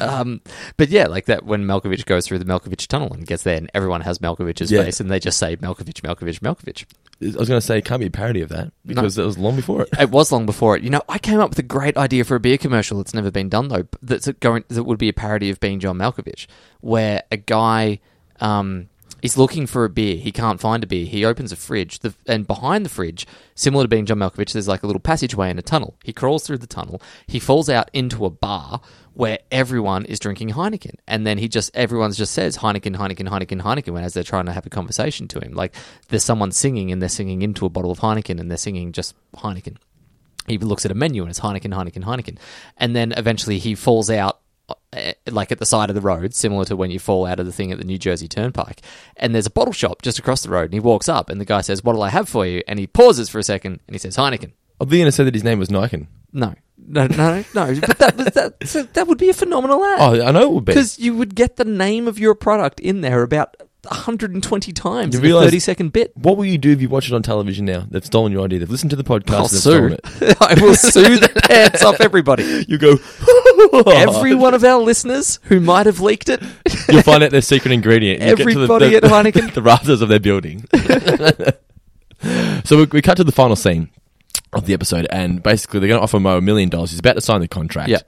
S5: Um, but yeah, like that when Malkovich goes through the Malkovich tunnel and gets there, and everyone has Malkovich's
S4: Yeah.
S5: face, and they just say Malkovich, Malkovich, Malkovich.
S4: I was going to say it can't be a parody of that because it was long before it.
S5: It was long before it. You know, I came up with a great idea for a beer commercial that's never been done though. b- That's a going that would be a parody of being John Malkovich, where a guy um, is looking for a beer. He can't find a beer. He opens a fridge, the, and behind the fridge, similar to being John Malkovich, there's like a little passageway and a tunnel. He crawls through the tunnel. He falls out into a bar where everyone is drinking Heineken, and then he just everyone's just says Heineken, Heineken, Heineken, Heineken. When as they're trying to have a conversation to him, like there's someone singing and they're singing into a bottle of Heineken, and they're singing just Heineken he looks at a menu and it's Heineken, Heineken, Heineken. And then eventually he falls out uh, like at the side of the road, similar to when you fall out of the thing at the New Jersey Turnpike. And there's a bottle shop just across the road and he walks up and the guy says, What'll I have for you? And he pauses for a second and he says, Heineken.
S4: I was going to say that his name was Niken.
S5: No. No, no, no. But that, was that, so that would be a phenomenal ad.
S4: Oh, I know it would be.
S5: Because you would get the name of your product in there about 120 times
S4: You
S5: in a
S4: realise-
S5: 30 second bit.
S4: What will you do if you watch it on television now? They've stolen your idea. They've listened to the podcast.
S5: I'll
S4: and they've
S5: Oh, sue.
S4: stolen it.
S5: I will sue the pants off everybody.
S4: You go.
S5: every one of our listeners who might have leaked it.
S4: You'll find out their secret ingredient. You
S5: Everybody
S4: get to the,
S5: at
S4: the,
S5: Heineken.
S4: the rafters of their building. so we, we cut to the final scene of the episode, and basically they're going to offer Mo a million dollars. He's about to sign the contract,
S5: Yeah.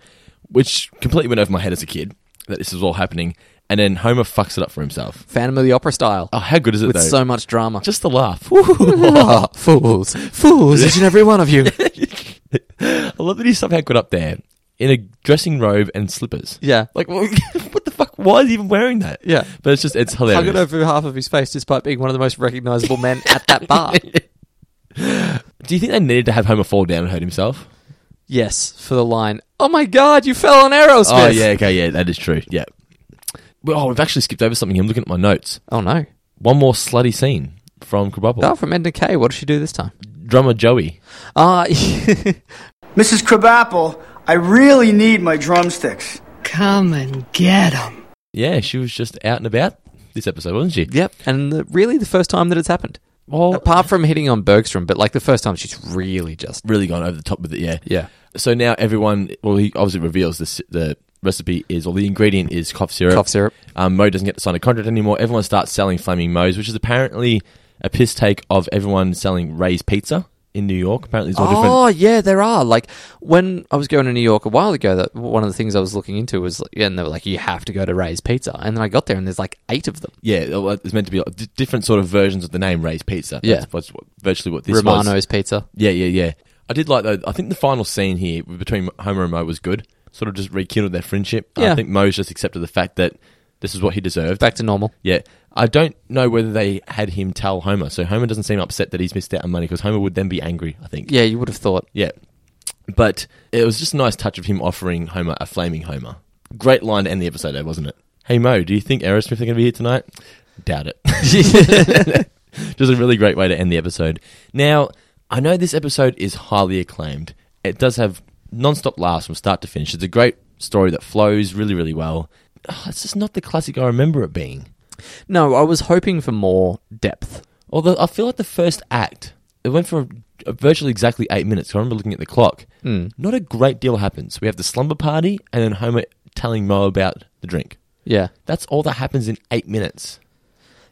S4: which completely went over my head as a kid that this was all happening. And then Homer fucks it up for himself.
S5: Phantom of the Opera style.
S4: Oh, how good is it
S5: with
S4: though?
S5: so much drama.
S4: Just the laugh.
S5: Ah, fools. Fools, each and every one of you.
S4: I love that he somehow got up there in a dressing robe and slippers.
S5: Yeah.
S4: Like, what what the fuck? Why is he even wearing that?
S5: Yeah.
S4: But it's just, it's hilarious.
S5: Hugged over half of his face despite being one of the most recognizable men at that bar.
S4: Do you think they needed to have Homer fall down and hurt himself?
S5: yes, for the line, Oh my god, you fell on Aerosmith.
S4: Oh, yeah, okay, yeah, that is true. Yeah. Well, oh, we've actually skipped over something. I'm looking at my notes.
S5: Oh no.
S4: one more slutty scene from Krabappel.
S5: Oh, from Edna Kay. What does she do this time?
S4: Drummer Joey.
S5: Ah,
S10: Mrs. Crabapple, I really need my drumsticks.
S3: Come and get 'em.
S4: Yeah, she was just out and about this episode, wasn't she?
S5: yep. And the, really, the first time that it's happened.
S4: Well,
S5: Apart from hitting on Bergstrom, but like the first time, she's really just
S4: really gone over the top with it. Yeah,
S5: yeah.
S4: So now everyone, well, he obviously reveals this the recipe is or the ingredient is cough syrup.
S5: Cough syrup.
S4: Um, Mo doesn't get to sign a contract anymore. Everyone starts selling flaming Mo's, which is apparently a piss take of everyone selling Ray's pizza in New York. Apparently, it's all different.
S5: Oh yeah, there are. Like when I was going to New York a while ago, that one of the things I was looking into was, like, and they were like, you have to go to Ray's Pizza, and then I got there and there's like eight of them.
S4: Yeah, well, it's meant to be like d- different sort of versions of the name Ray's Pizza.
S5: Yeah.
S4: that's, what's what, virtually what this was.
S5: Romano's Pizza.
S4: Yeah, yeah, yeah. I did like though. I think the final scene here between Homer and Mo was good. Sort of just rekindled their friendship. I
S5: Yeah.
S4: think Mo's just accepted the fact that this is what he deserved.
S5: Back to normal.
S4: Yeah. I don't know whether they had him tell Homer. So Homer doesn't seem upset that he's missed out on money because Homer would then be angry, I think.
S5: Yeah, you would have thought.
S4: Yeah. But it was just a nice touch of him offering Homer a flaming Homer. Great line to end the episode, though, wasn't it? Hey, Mo, do you think Aerosmith are going to be here tonight? Doubt it. just a really great way to end the episode. Now, I know this episode is highly acclaimed. It does have non-stop laughs from start to finish. It's a great story that flows really, really well. Ah, It's just not the classic I remember it being.
S5: No, I was hoping for more depth.
S4: Although I feel like the first act, it went for virtually exactly eight minutes. I remember looking at the clock.
S5: Hmm.
S4: Mm. Not a great deal happens. We have the slumber party and then Homer telling Mo about the drink.
S5: Yeah,
S4: That's all that happens in eight minutes.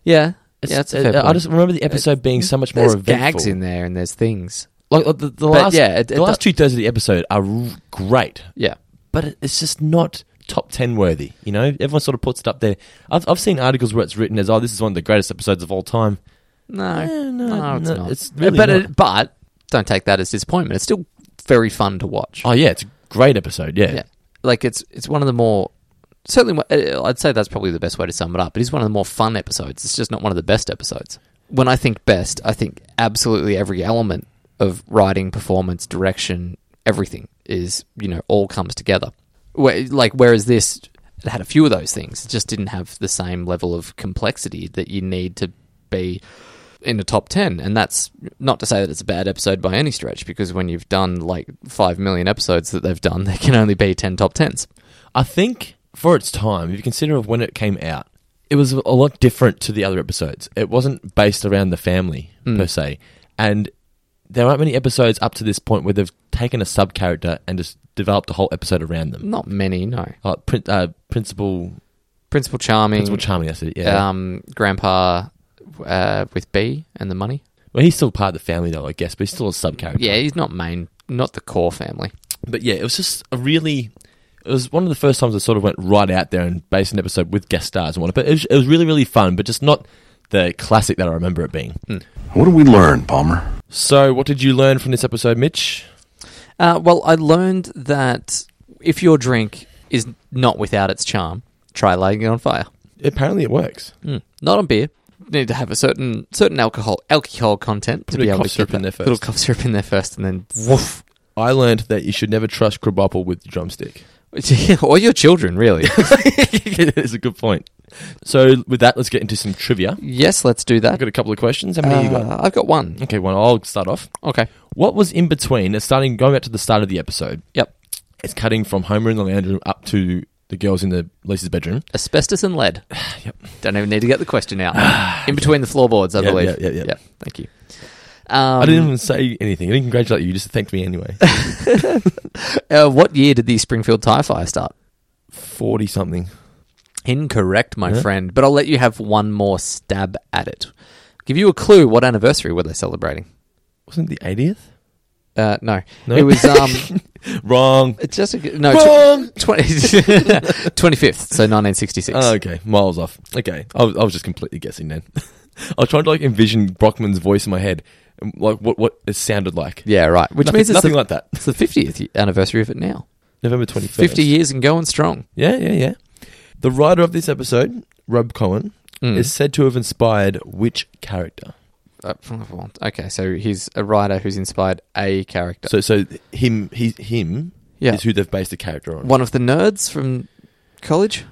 S5: yeah,
S4: It's-
S5: yeah. That's a
S4: uh,
S5: fair
S4: I
S5: point. Uh,
S4: just remember the episode being so much more
S5: there's
S4: eventful.
S5: gags in there and there's things.
S4: Like, like the, the
S5: But
S4: last,
S5: yeah, it- it
S4: the last
S5: does-
S4: two thirds of the episode are r- great,
S5: Yeah,
S4: but it- it's just not top ten worthy. You know, everyone sort of puts it up there. I've, I've seen articles where it's written as, "Oh, this is one of the greatest episodes of all time."
S5: no,
S4: Eh, no,
S5: it's
S4: no,
S5: not.
S4: it's really
S5: but
S4: not.
S5: It, but don't take that as disappointment. It's still very fun to watch.
S4: Oh yeah, it's a great episode.
S5: Yeah, like it's it's one of the more certainly uh, I'd say that's probably the best way to sum it up. It is one of the more fun episodes. It's just not one of the best episodes. When I think best, I think absolutely every element of writing, performance, direction, everything is you know all comes together. Where, like whereas this it had a few of those things, it just didn't have the same level of complexity that you need to be in the top 10 and that's not to say that it's a bad episode by any stretch because when you've done like 5 million episodes that they've done there can only be 10 top 10s
S4: I think for its time, if you consider of when it came out, it was a lot different to the other episodes. It wasn't based around the family per se, and there aren't many episodes up to this point where they've taken a sub character and just developed a whole episode around them.
S5: not many no
S4: Like prin- uh, principal,
S5: principal charming
S4: principal charming. That's it. Yeah.
S5: um grandpa uh, with b and the money
S4: well, he's still part of the family though, I guess, but he's still a sub character.
S5: yeah he's not main not the core family
S4: But yeah, it was just a really. It was one of the first times I sort of went right out there and based an episode with guest stars and whatnot. But it was, it was really, really fun, but just not the classic that I remember it being.
S8: What did we learn, Palmer?
S4: So, what did you learn from this episode, Mitch?
S5: Uh, well, I learned that if your drink is not without its charm, try lighting it on fire.
S4: Apparently, it works.
S5: Not on beer. You need to have a certain certain alcohol alcohol content to
S4: Put a
S5: be able
S4: cough
S5: to
S4: syrup
S5: get that
S4: in there first.
S5: little cough syrup in there first, and then woof.
S4: I learned that you should never trust Krabappel with the drumstick.
S5: or your children, really.
S4: That's a good point. So, with that, let's get into some trivia.
S5: yes, let's do
S4: I've
S5: that.
S4: got a couple of questions. How many you got?
S5: Uh, I've got one.
S4: Okay, well, I'll start off.
S5: Okay.
S4: What was in between, uh, starting going back to the start of the episode?
S5: Yep.
S4: It's cutting from Homer in the lounge room up to the girls in the Lisa's bedroom.
S5: Asbestos and lead. Don't even need to get the question out. in between the floorboards, I
S4: Yeah,
S5: believe.
S4: yeah, yeah, yeah.
S5: Thank you. Um,
S4: I didn't even say anything. I didn't congratulate you. You just thanked me anyway.
S5: uh, what year did the Springfield Tie Fire start?
S4: 40 something.
S5: Incorrect, my friend. But I'll let you have one more stab at it. Give you a clue. What anniversary were they celebrating?
S4: Wasn't it the 80th?
S5: Uh, no. it was um,
S4: Wrong.
S5: it's just a, no
S4: Wrong.
S5: twenty fifth. So nineteen sixty six.
S4: Oh, okay, miles off. Okay, I was, I was just completely guessing then. I was trying to like envision Brockman's voice in my head, and, like what what it sounded like.
S5: yeah, right. Which
S4: Nothing-
S5: means it's
S4: nothing
S5: the,
S4: like that.
S5: It's the fiftieth anniversary of it now.
S4: November twenty first.
S5: Fifty years and going strong.
S4: Yeah, yeah, yeah. The writer of this episode, Rob Cohen, is said to have inspired which character?
S5: Uh, well, okay, so he's a writer who's inspired a character.
S4: So so him he him
S5: Yeah.
S4: is who they've based the character on.
S5: One of the nerds from college.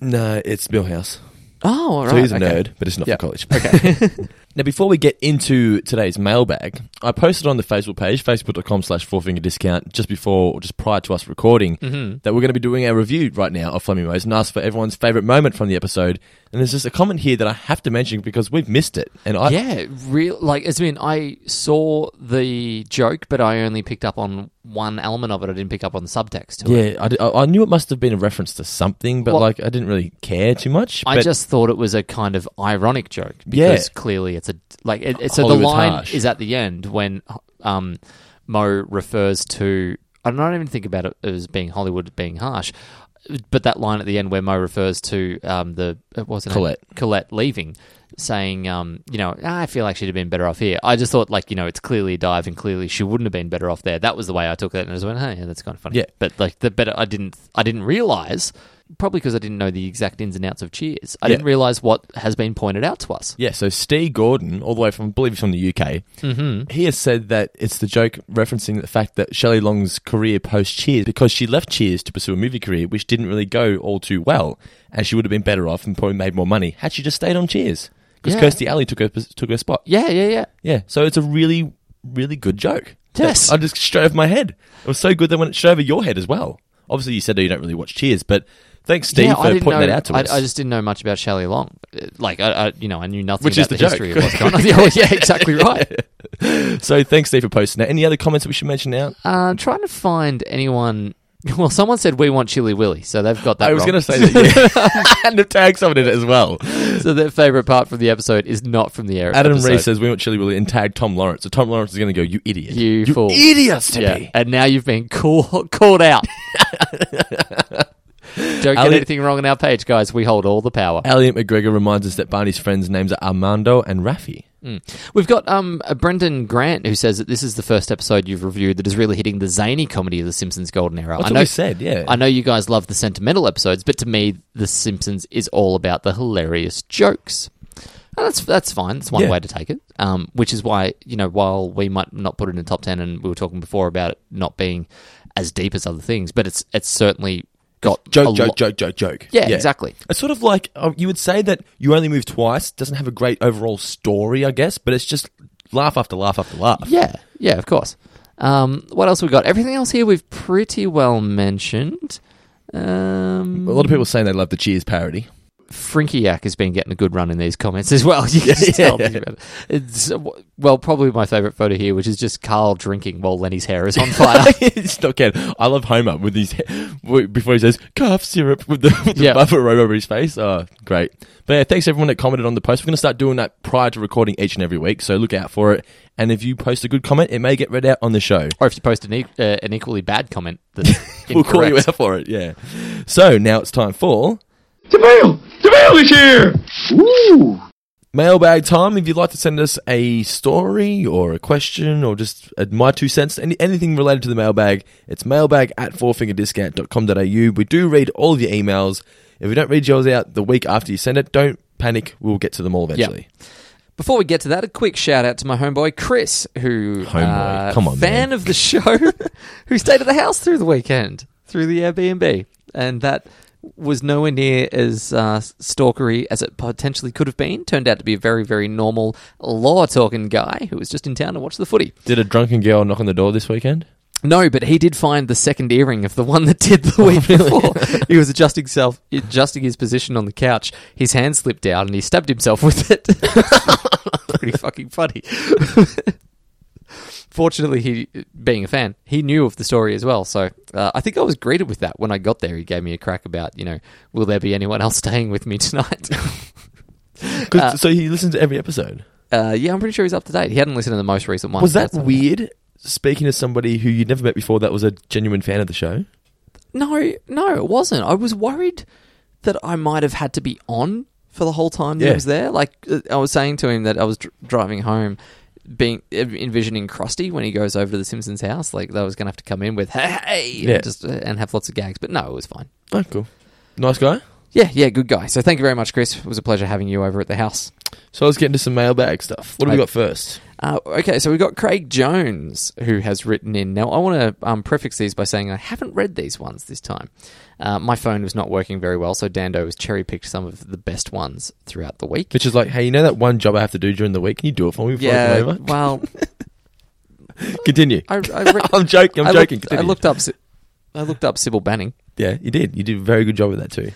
S4: No, it's Millhouse.
S5: Oh, all right.
S4: So he's a
S5: okay.
S4: nerd, but it's not
S5: Yeah.
S4: for college. Okay. now, before we get into today's mailbag, I posted on the Facebook page, facebook.com slash fourfinger discount, just before, or just prior to us recording,
S5: Mm-hmm.
S4: that we're going to be doing a review right now of Flaming Rose and asked for everyone's favorite moment from the episode. And there's just a comment here that I have to mention because we've missed it. And I,
S5: Yeah, real. Like, as in, I saw the joke, but I only picked up on one element of it. I didn't pick up on the subtext to it.
S4: Yeah, I, di- I- I knew it must have been a reference to something, but
S5: Well-
S4: like I didn't really care too much.
S5: I
S4: but
S5: just thought it was a kind of ironic joke
S4: Yeah.
S5: because clearly it's a like it, it, so the
S4: Hollywood's
S5: line
S4: harsh.
S5: is at the end when um, Mo refers to I don't even think about it as being Hollywood being harsh, but that line at the end where Mo refers to um, the what was it
S4: Colette.
S5: Colette leaving. Saying, um, you know, "Ah, I feel like she'd have been better off here. I just thought, like, you know, it's clearly a dive, and clearly she wouldn't have been better off there. That was the way I took it, and I just went, hey, yeah, that's kind of funny.
S4: Yeah.
S5: but like, the better I didn't, I didn't realize, probably because I didn't know the exact ins and outs of Cheers. I
S4: Yeah.
S5: didn't realize what has been pointed out to us.
S4: Yeah, so Steve Gordon, all the way from, I believe he's from the UK,
S5: Mm-hmm.
S4: he has said that it's the joke referencing the fact that Shelley Long's career post Cheers, because she left Cheers to pursue a movie career, which didn't really go all too well, and she would have been better off and probably made more money had she just stayed on Cheers. Because
S5: Yeah.
S4: Kirstie Alley took her, took her spot.
S5: Yeah, yeah, yeah.
S4: Yeah, so it's a really, really good joke.
S5: Yes.
S4: I just straight over my head. It was so good that when it straight over your head as well. Obviously, you said that you don't really watch Cheers, but thanks, Steve,
S5: yeah,
S4: for
S5: I didn't
S4: pointing
S5: know,
S4: that out to
S5: I,
S4: us.
S5: I just didn't know much about Shelley Long. Uh, Like, I, I you know, I knew nothing
S4: Which is
S5: about
S4: the
S5: the
S4: joke.
S5: history of what's going on. yeah, yeah, exactly right.
S4: so thanks, Steve, for posting that. Any other comments that we should mention now?
S5: Uh, trying to find anyone. Well, someone said we want Chili Willy, so they've got that.
S4: I was
S5: wrong.
S4: going to say that, yeah. and have tagged someone in it as well.
S5: so their favorite part from the episode is not from the air.
S4: Adam
S5: episode.
S4: Reese says, We want Chili Willy and tagged Tom Lawrence. So Tom Lawrence is going to go, You idiot.
S5: You fool."
S4: idiot, Stevie.
S5: Yeah, and now you've been call- called out. Don't get
S4: Ali-
S5: anything wrong on our page, guys. We hold all the power.
S4: Elliot McGregor reminds us that Barney's friends' names are Armando and Rafi.
S5: We've got um, uh, Brendan Grant who says that this is the first episode you've reviewed that is really hitting the zany comedy of the Simpsons Golden Era.
S4: That's
S5: I
S4: what
S5: know,
S4: we said, yeah.
S5: I know you guys love the sentimental episodes, but to me, The Simpsons is all about the hilarious jokes. And that's that's fine. That's one
S4: Yeah.
S5: way to take it. Um, which is why you know while we might not put it in the top ten, and we were talking before about it not being as deep as other things, but it's it's certainly got a
S4: Joke, joke,
S5: lot-
S4: joke, joke, joke.
S5: Yeah, exactly.
S4: It's sort of like um, you would say that you only move twice doesn't have a great overall story, I guess, but it's just laugh after laugh after laugh.
S5: Yeah, yeah, of course. Um, what else we got? Everything else here we've pretty well mentioned. Um,
S4: A lot of people saying they love the Cheers parody.
S5: Frinkiyak has been getting a good run in these comments as well. You can just tell. It's, uh, w- well, probably my favourite photo here, which is just Carl drinking while Lenny's hair is on fire.
S4: it's not good. I love Homer with his before he says cough syrup with the, with the
S5: Yeah.
S4: buffer right over his face. Oh, great! But yeah, thanks everyone that commented on the post. We're going to start doing that prior to recording each and every week, so look out for it. And if you post a good comment, it may get read out on the show.
S5: or if you post an, e- uh, an equally bad comment, that's
S4: We'll call you
S5: incorrect.
S4: out for it. Yeah. So now it's time for mailbag time. If you'd like to send us a story or a question or just uh, my two cents, any, anything related to the mailbag, it's mailbag at fourfingerdiscount.com.au. We do read all of your emails. If we don't read yours out the week after you send it, don't panic. We'll get to them all eventually.
S5: Before we get to that, a quick shout out to my homeboy Chris, who
S4: Homeboy.
S5: uh,
S4: Come on,
S5: fan
S4: man.
S5: of the show, who stayed at the house through the weekend through the Airbnb, and that was nowhere near as uh, stalkery as it potentially could have been. Turned out to be a very, very normal law talking guy who was just in town to watch the footy.
S4: Did a drunken girl knock on the door this weekend?
S5: No, but he did find the second earring of the one that did
S4: Oh,
S5: the week before. he was adjusting self, adjusting his position on the couch. His hand slipped out, and he stabbed himself with it. Pretty fucking funny. Fortunately, he, being a fan, he knew of the story as well. So uh, I think I was greeted with that when I got there. He gave me a crack about, you know, will there be anyone else staying with me tonight?
S4: 'Cause- so he listens to every episode.
S5: uh, yeah, I'm pretty sure he's up to date. He hadn't listened to the most recent one.
S4: Was that
S5: That's something.
S4: weird? Speaking to somebody who you'd never met before, that was a genuine fan of the show.
S5: No, no, it wasn't. I was worried that I might have had to be on for the whole time that I
S4: Yeah.
S5: was there. Like uh, I was saying to him that I was dr- driving home, being en- envisioning Krusty when he goes over to the Simpsons house. Like that I was going to have to come in with hey, hey,"
S4: Yeah.
S5: and just uh, and have lots of gags. But no, it was fine.
S4: Oh, cool. Nice guy.
S5: Yeah, yeah, good guy. So thank you very much, Chris. It was a pleasure having you over at the house.
S4: So let's get into some mailbag stuff. What do we
S5: Okay.
S4: got first?
S5: Uh, okay, so we've got Craig Jones who has written in. Now, I want to um, prefix these by saying I haven't read these ones this time. Uh, my phone was not working very well, so Dando has cherry picked some of the best ones throughout the week.
S4: Which is like, hey, you know that one job I have to do during the week? Can you do it for me before I
S5: yeah,
S4: come over?
S5: well,
S4: Continue.
S5: I, I re-
S4: am joking. I'm
S5: I
S4: joking.
S5: Looked, I
S4: Continue.
S5: looked up. Sy- I looked up Sybil Banning.
S4: Yeah, you did. You did a very good job with that too.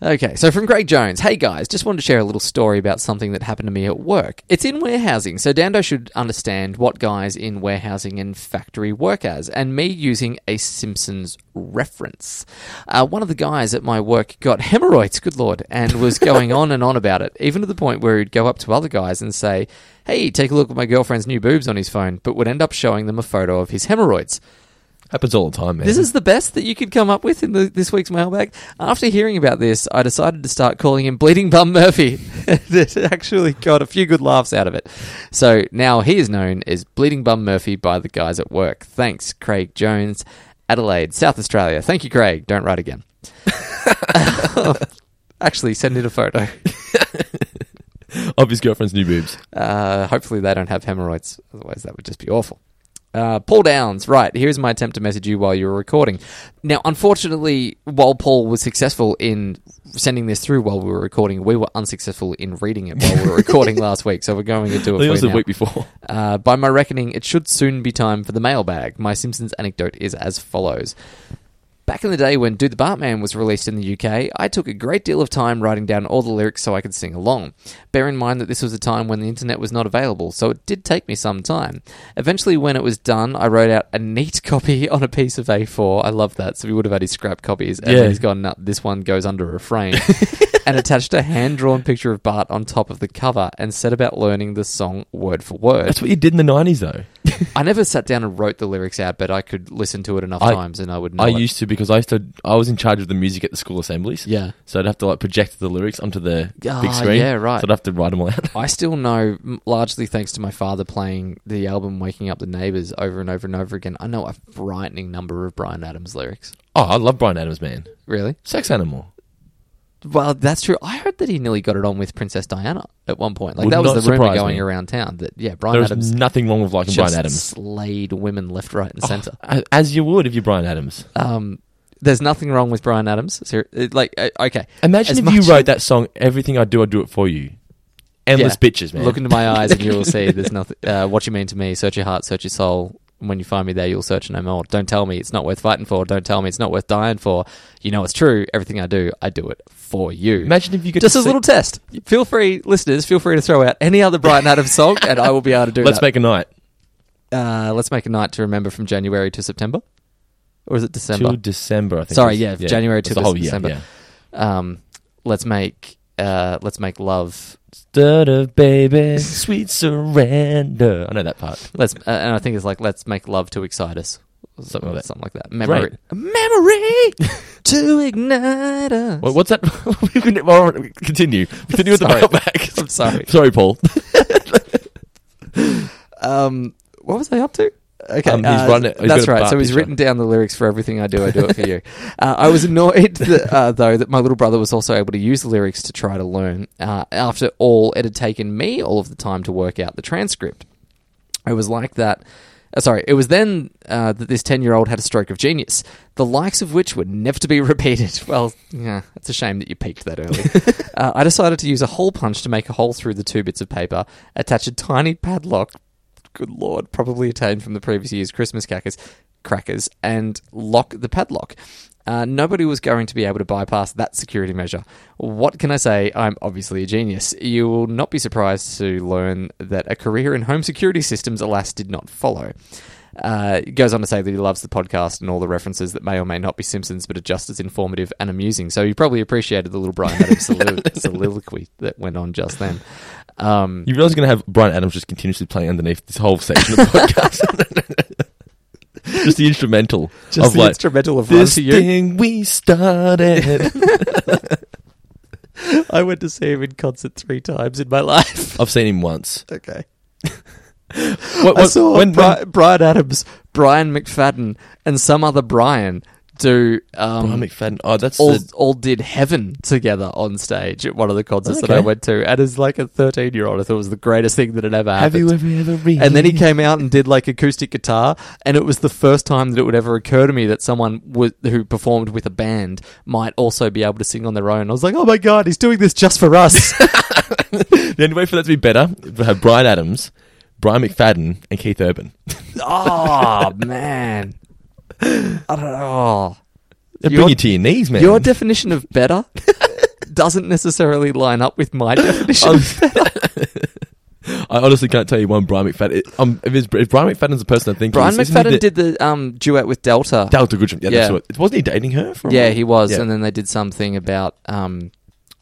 S5: Okay, so from Greg Jones. Hey guys, just wanted to share a little story about something that happened to me at work. It's in warehousing, so Dando should understand what guys in warehousing and factory work as, and me using a Simpsons reference. Uh, one of the guys at my work got hemorrhoids, good lord, and was going on and on about it, even to the point where he'd go up to other guys and say, Hey, take a look at my girlfriend's new boobs on his phone, but would end up showing them a photo of his hemorrhoids.
S4: Happens all the time, man.
S5: This is the best that you could come up with in the, this week's mailbag. After hearing about this, I decided to start calling him Bleeding Bum Murphy. it actually got a few good laughs out of it. So now he is known as Bleeding Bum Murphy by the guys at work. Thanks, Craig Jones, Adelaide, South Australia. Thank you, Craig. Don't write again. actually, send in a photo.
S4: of his girlfriend's new boobs.
S5: Uh, hopefully, they don't have hemorrhoids. Otherwise, that would just be awful. Uh, Paul Downs, right. Here's my attempt to message you while you were recording. Now, unfortunately, while Paul was successful in sending this through while we were recording, we were unsuccessful in reading it while we were recording last week. So we're going into
S4: I
S5: it
S4: think it
S5: for
S4: was
S5: you
S4: the
S5: now.
S4: week before.
S5: Uh, by my reckoning, it should soon be time for the mailbag. My Simpsons anecdote is as follows. Back in the day when Do the Bartman was released in the UK, I took a great deal of time writing down all the lyrics so I could sing along. Bear in mind that this was a time when the internet was not available, so it did take me some time. Eventually, when it was done, I wrote out a neat copy on a piece of A4. I love that. So we would have had his scrap copies, and
S4: Yeah.
S5: when he's gone, "No, this one goes under refrain, and attached a hand drawn picture of Bart on top of the cover and set about learning the song word for word.
S4: That's what you did in the nineties, though.
S5: I never sat down and wrote the lyrics out, but I could listen to it enough
S4: I-
S5: times and I would know.
S4: I
S5: it.
S4: used to because I used to. I was in charge of the music at the school assemblies.
S5: Yeah.
S4: So I'd have to like project the lyrics onto the
S5: Ah,
S4: big screen.
S5: yeah, right.
S4: So I'd have to write them all out.
S5: I still know, m- largely thanks to my father playing the album "Waking Up the Neighbors" over and over and over again. I know a frightening number of Brian Adams lyrics.
S4: Oh, I love Brian Adams, man.
S5: Really?
S4: Sex animal.
S5: Well, that's true. I heard that he nearly got it on with Princess Diana at one point. Like
S4: Would
S5: that was
S4: not
S5: the rumor
S4: surprise
S5: going
S4: me.
S5: around town that yeah, Brian
S4: There's
S5: Adams
S4: nothing wrong with liking
S5: just
S4: Brian Adams. Oh.
S5: slayed women left, right, and center.
S4: A- As you would if you're Brian Adams.
S5: Um, there's nothing wrong with Brian Adams. Ser- it- Like, uh, okay, As
S4: Imagine if
S5: much-
S4: you wrote that song, "Everything I Do, I Do It For You." Endless
S5: Yeah.
S4: bitches, man.
S5: Look into my eyes and you will see there's nothing. Uh, what you mean to me, search your heart, search your soul. When you find me there, you'll search no more. Don't tell me it's not worth fighting for. Don't tell me it's not worth dying for. You know it's true. Everything I do, I do it for you.
S4: Imagine if you could
S5: Just a
S4: sing-
S5: little test. Feel free, listeners, feel free to throw out any other Brian Adams song and I will be able to do
S4: Let's
S5: that.
S4: make a night
S5: uh, let's make a night to remember from January to September. Or is it December?
S4: till December. I think.
S5: Sorry,
S4: it
S5: yeah,
S4: was.
S5: January
S4: It's
S5: to
S4: the whole year,
S5: December.
S4: yeah.
S5: um, let's make uh, let's make love
S4: Instead of baby, sweet surrender. I know that part.
S5: Let's uh, and I think it's like let's make love to excite us, Or
S4: Something like that.
S5: something like that. Memory,
S4: Great.
S5: memory to ignite us.
S4: Wha- what's that? We couldn't- well, all right, Continue. Continue with the
S5: Sorry.
S4: mailbag.
S5: I'm sorry.
S4: Sorry, Paul.
S5: Um, what was I up to? Okay,
S4: Um, he's
S5: uh,
S4: run it- he's
S5: that's
S4: got a
S5: right.
S4: bar
S5: So he's
S4: picture.
S5: written down the lyrics for everything I do. I do it for you. Uh, I was annoyed that, uh, though that my little brother was also able to use the lyrics to try to learn. Uh, after all, it had taken me all of the time to work out the transcript. It was like that. uh, sorry, it was then uh, that this 10 year old had a stroke of genius, the likes of which were never to be repeated. Well, yeah, it's a shame that you peaked that early. uh, I decided to use a hole punch to make a hole through the two bits of paper, attach a tiny padlock, good lord, probably obtained from the previous year's Christmas crackers, crackers and lock the padlock. Uh, nobody was going to be able to bypass that security measure. What can I say? I'm obviously a genius. You will not be surprised to learn that a career in home security systems, alas, did not follow. Uh, he goes on to say that he loves the podcast and all the references that may or may not be Simpsons, but are just as informative and amusing. So you probably appreciated the little Brian Adams solilo- soliloquy that went on just then. Um,
S4: You realize you're going to have Brian Adams just continuously playing underneath this whole section of the podcast. just the instrumental.
S5: just
S4: of
S5: the
S4: like,
S5: instrumental of Run
S4: This
S5: to You.
S4: thing we started.
S5: I went to see him in concert three times in my life.
S4: I've seen him once.
S5: Okay.
S4: What,
S5: I
S4: what-
S5: saw
S4: when-
S5: Bri-
S4: when-
S5: Brian Adams, Brian McFadden, and some other Brian do um,
S4: Brian McFadden. Oh, that's
S5: all,
S4: the-
S5: all did heaven together on stage at one of the concerts that I
S4: Okay.
S5: went to, and as like a thirteen year old, I thought it was the greatest thing that had ever happened.
S4: Have you ever ever been?
S5: And then he came out and did like acoustic guitar, and it was the first time that it would ever occur to me that someone w- who performed with a band might also be able to sing on their own. I was like, oh my god, he's doing this just for us.
S4: The only way for that to be better is to have Brian Adams, Brian McFadden, and Keith Urban.
S5: oh man, I don't know.
S4: They
S5: Your-
S4: bring you to your knees, man.
S5: Your definition of better doesn't necessarily line up with my definition.
S4: I'm- I honestly can't tell you one Brian McFadden. It, um, if, it's, if Brian McFadden's the person I think,
S5: Brian
S4: he is, isn't he
S5: McFadden
S4: the-
S5: did the um, duet with Delta.
S4: Delta Goodrum. Yeah,
S5: Yeah.
S4: That's what, wasn't he dating her? For a
S5: yeah,
S4: while?
S5: he was,
S4: Yeah.
S5: and then they did something about um,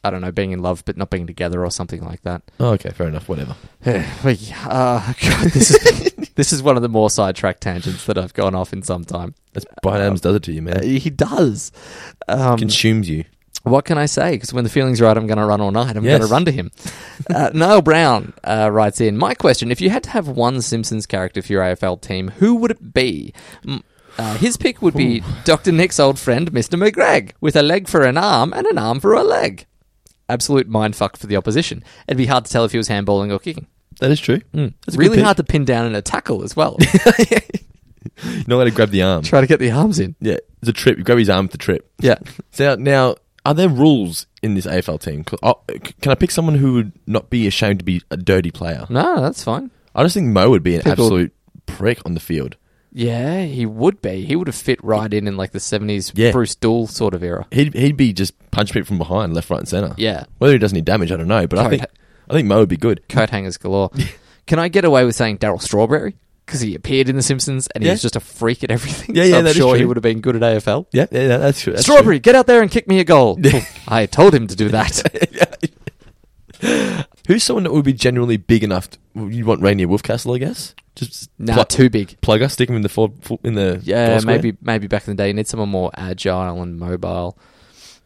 S5: I don't know, being in love but not being together or something like that.
S4: Oh, okay, fair enough. Whatever.
S5: But, yeah, uh, God, this is this is one of the more sidetrack tangents that I've gone off in some time.
S4: That's Brian Adams does it to you, man. It
S5: He does. Um,
S4: consumes you.
S5: what can I say? Because when the feeling's right, I'm going to run all night. I'm
S4: Yes.
S5: going to run to him. uh, Niall Brown uh, writes in My question if you had to have one Simpsons character for your AFL team, who would it be? Mm, uh, his pick would be Dr. Nick's old friend, Mr. McGregor, with a leg for an arm and an arm for a leg. Absolute mindfuck for the opposition. It'd be hard to tell if he was handballing or kicking.
S4: That is true. That's a good
S5: really
S4: pick.
S5: hard to pin down in a tackle as well.
S4: You know how to grab the arm.
S5: Try to get the arms in.
S4: Yeah, it's a trip. You grab his arm with the trip.
S5: Yeah.
S4: So now, are there rules in this AFL team? 'Cause I- c- Can I pick someone who would not be ashamed to be a dirty player?
S5: No, that's fine.
S4: I just think Mo would be an
S5: People-
S4: absolute prick on the field.
S5: Yeah, he would be. He would have fit right in in like the 70s
S4: Yeah.
S5: Bruce Dool sort of era.
S4: He'd he'd be just punching people from behind, left, right, and center.
S5: Yeah.
S4: Whether he does any damage, I don't know. But I think
S5: Correct.
S4: I think Mo would be good.
S5: coat hangers galore. Can I get away with saying Daryl Strawberry? Because he appeared in The Simpsons and he
S4: Yeah.
S5: was just a freak at everything.
S4: Yeah,
S5: so
S4: yeah,
S5: I'm
S4: that is
S5: sure he
S4: true.
S5: would have been good at AFL.
S4: Yeah, yeah, yeah, that's true. that's true.
S5: Strawberry, get out there and kick me a goal. I told him to do that.
S4: Who's someone that would be genuinely big enough? To, you want Rainier Wolfcastle, I guess. Just
S5: nah,
S4: plug-
S5: too big.
S4: plug us, stick him in the four, four in the
S5: Yeah,
S4: goal square.
S5: maybe maybe back in the day you need someone more agile and mobile.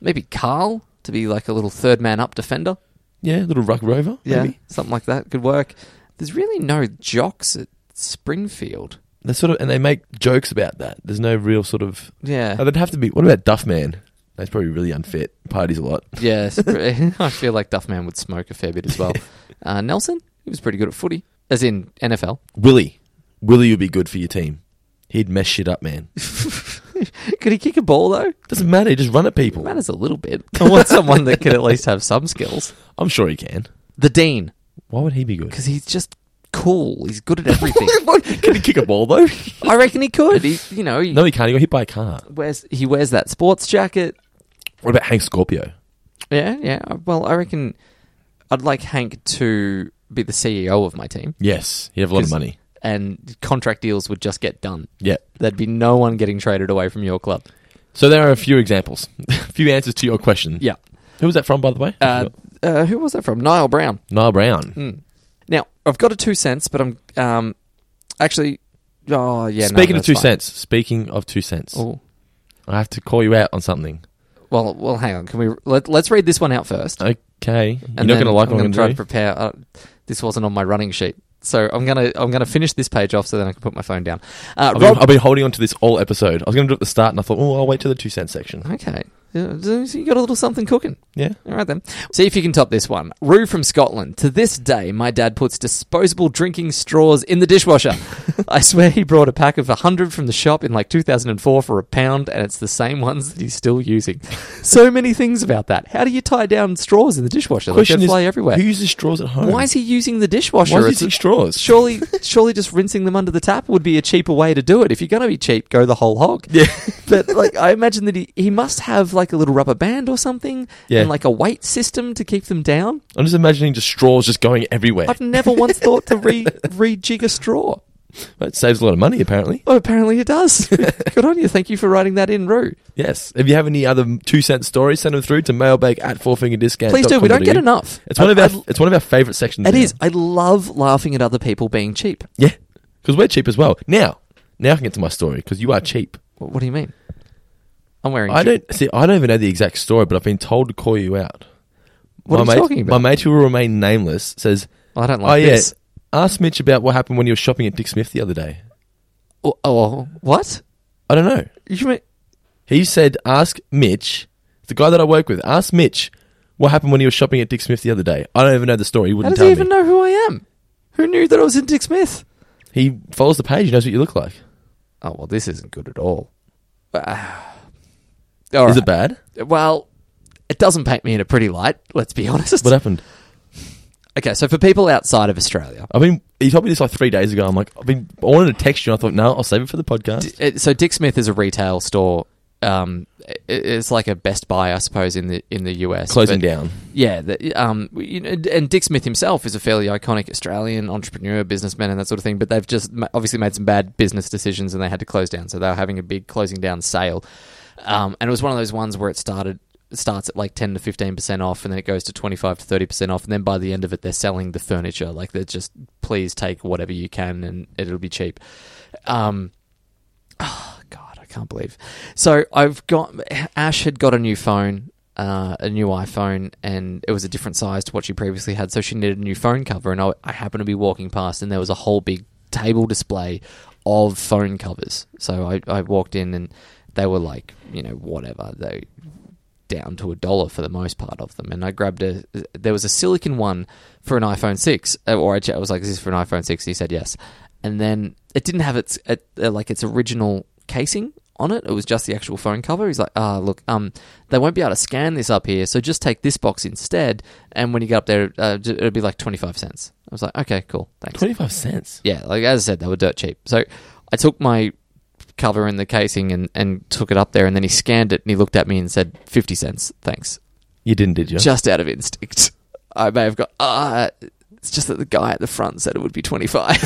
S5: Maybe Carl to be like a little third man up defender.
S4: yeah, little ruck rover. maybe.
S5: something like that could work. There's really no jocks at Springfield.
S4: They sort of and they make jokes about that. There's no real sort of.
S5: Yeah,
S4: Oh, they'd have to be. What about Duffman? That's probably really unfit. Parties a lot.
S5: Yes, I feel like Duffman would smoke a fair bit as well. Uh, Nelson, he was pretty good at footy, as in NFL.
S4: Willie, Willie would be good for your team. He'd mess shit up, man.
S5: Could he kick a ball though?
S4: Doesn't matter. He just run at people.
S5: Matters a little bit. I want someone that could at least have some skills.
S4: I'm sure he can.
S5: The dean,
S4: Why would he be good?
S5: because he's just cool. He's good at everything.
S4: Can he kick a ball though?
S5: I reckon he could. He, you know, he
S4: no, he can't. He got hit by a car.
S5: wears he wears that sports jacket.
S4: What about Hank Scorpio?
S5: Yeah, yeah. Well, I reckon I'd like Hank to be the CEO of my team,
S4: Yes, he'd have a lot of
S5: 'Cause-
S4: money.
S5: and contract deals would just get done.
S4: Yeah.
S5: There'd be no one getting traded away from your club.
S4: So there are a few examples, a few answers to your question.
S5: Yeah.
S4: Who was that from, by the way?
S5: Uh, uh, who was that from? Niall Brown.
S4: Niall Brown.
S5: Now I've got a two cents, but I'm um actually oh yeah. no,
S4: speaking of
S5: that's
S4: two
S5: fine.
S4: cents. Speaking of two cents.
S5: Oh,
S4: I have to call you out on something.
S5: well, well, hang on. Can we let, let's read this one out first?
S4: Okay. You're
S5: And
S4: not going
S5: then
S4: to like
S5: I'm
S4: what I'm going
S5: gonna try
S4: to
S5: to
S4: do.
S5: prepare. Uh, this wasn't on my running sheet, so I'm gonna I'm gonna finish this page off so then I can put my phone down. Uh,
S4: I've been,
S5: Rob,
S4: I've been holding on to this all episode. I was going to do it at the start, and I thought, oh, I'll wait till the two cent section.
S5: okay. Yeah, So you got a little something cooking.
S4: Yeah.
S5: All right then. See if you can top this one. Rue from Scotland. To this day, my dad puts disposable drinking straws in the dishwasher. I swear he brought a pack of 100 from the shop in like 2004 for a pound, and it's the same ones that he's still using. So many things about that. How do you tie down straws in the dishwasher? They can fly everywhere.
S4: who uses straws at home?
S5: Why is he using the dishwasher?
S4: Why is he
S5: It's-
S4: using straws?
S5: Surely, surely just rinsing them under the tap would be a cheaper way to do it. If you're going to be cheap, go the whole hog. Yeah. but like, I imagine that he, he must have like a little rubber band or something,
S4: Yeah.
S5: and like a weight system to keep them down.
S4: I'm just imagining just straws just going everywhere.
S5: I've never once thought to re rejig a straw.
S4: That saves a lot of money, apparently.
S5: Well, apparently it does. Good on you. Thank you for writing that in, Rue.
S4: Yes. If you have any other two cent stories, send them through to mailbag at fourfingerdiscount.
S5: Please do. We don't get enough.
S4: It's one of our.
S5: I- I-
S4: it's one of our favorite sections.
S5: It
S4: now.
S5: is. I love laughing at other people being cheap.
S4: Yeah, because we're cheap as well. Now, now I can get to my story because you are cheap.
S5: What, what do you mean? I'm wearing.
S4: I
S5: cheap-
S4: don't see. I don't even know the exact story, but I've been told to call you out. my
S5: What are you
S4: mate,
S5: talking about?
S4: My mate who will remain nameless says,
S5: I don't like
S4: "Oh
S5: this.
S4: yeah, ask Mitch about what happened when you were shopping at Dick Smith the other day."
S5: Oh, oh, what?
S4: I don't know.
S5: You mean?
S4: He said, ask Mitch, the guy that I work with, ask Mitch what happened when he was shopping at Dick Smith the other day. I don't even know the story. He
S5: How
S4: wouldn't
S5: does
S4: tell
S5: he
S4: me.
S5: even know who I am? Who knew that I was in Dick Smith?
S4: He follows the page. He knows what you look like.
S5: Oh well, this isn't good at all.
S4: Is it bad?
S5: Uh, Well, it doesn't paint me in a pretty light. Let's be honest.
S4: What happened?
S5: Okay, so for people outside of Australia,
S4: I mean, he told me this like three days ago. I'm like, I've been, I wanted to text you. And I thought, no, I'll save it for the podcast.
S5: it- so Dick Smith is a retail store. Um, it- it's like a Best Buy, I suppose, in the in the US.
S4: Closing
S5: But-
S4: down.
S5: Yeah, the, um, you know, and Dick Smith himself is a fairly iconic Australian entrepreneur, businessman, and that sort of thing. But they've just ma- obviously made some bad business decisions, and they had to close down. So they were having a big closing down sale, um, and it was one of those ones where it started starts at like ten to fifteen percent off, and then it goes to twenty five to thirty percent off, and then by the end of it, they're selling the furniture. Like they're just please take whatever you can, and it'll be cheap. Um, Oh, God, I can't believe. So I've got Ash had got a new phone, uh, a new iPhone, and it was a different size to what she previously had. So she needed a new phone cover, and I, I happened to be walking past, and there was a whole big table display of phone covers. So I, I walked in, and they were like, you know, whatever they down to a dollar for the most part of them. And I grabbed a. There was a silicon one for an iPhone six, uh, or I, ch- I was like, "Is this for an iPhone 6? He said yes, and then it didn't have its uh, uh, like its original casing on it. It was just the actual phone cover. He's like, "Ah, look, um, they won't be able to scan this up here, so just take this box instead. And when you get up there, uh, j- it'll be like twenty five cents." I was like, "Okay, cool, thanks."
S4: 25 cents.
S5: yeah, like as I said, they were dirt cheap. So I took my cover and the casing and, and took it up there, and then he scanned it and he looked at me and said, 50 cents, thanks.
S4: You didn't, did you?
S5: Just out of instinct. I may have got, ah, it's just that the guy at the front said it would be 25.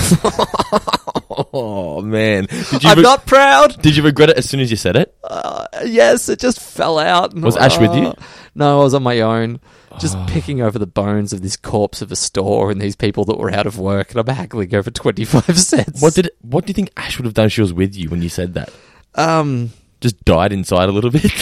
S4: oh, man. Did
S5: I'm
S4: re-
S5: not proud.
S4: Did you regret it as soon as you said it?
S5: yes, it just fell out. And
S4: Was Ash with you? Ah.
S5: ah. No, I was on my own, just picking over the bones of this corpse of a store and these people that were out of work, and I'm haggling over 25 cents.
S4: What did? What do you think Ash would have done if she was with you when you said that?
S5: Um,
S4: Just died inside a little bit.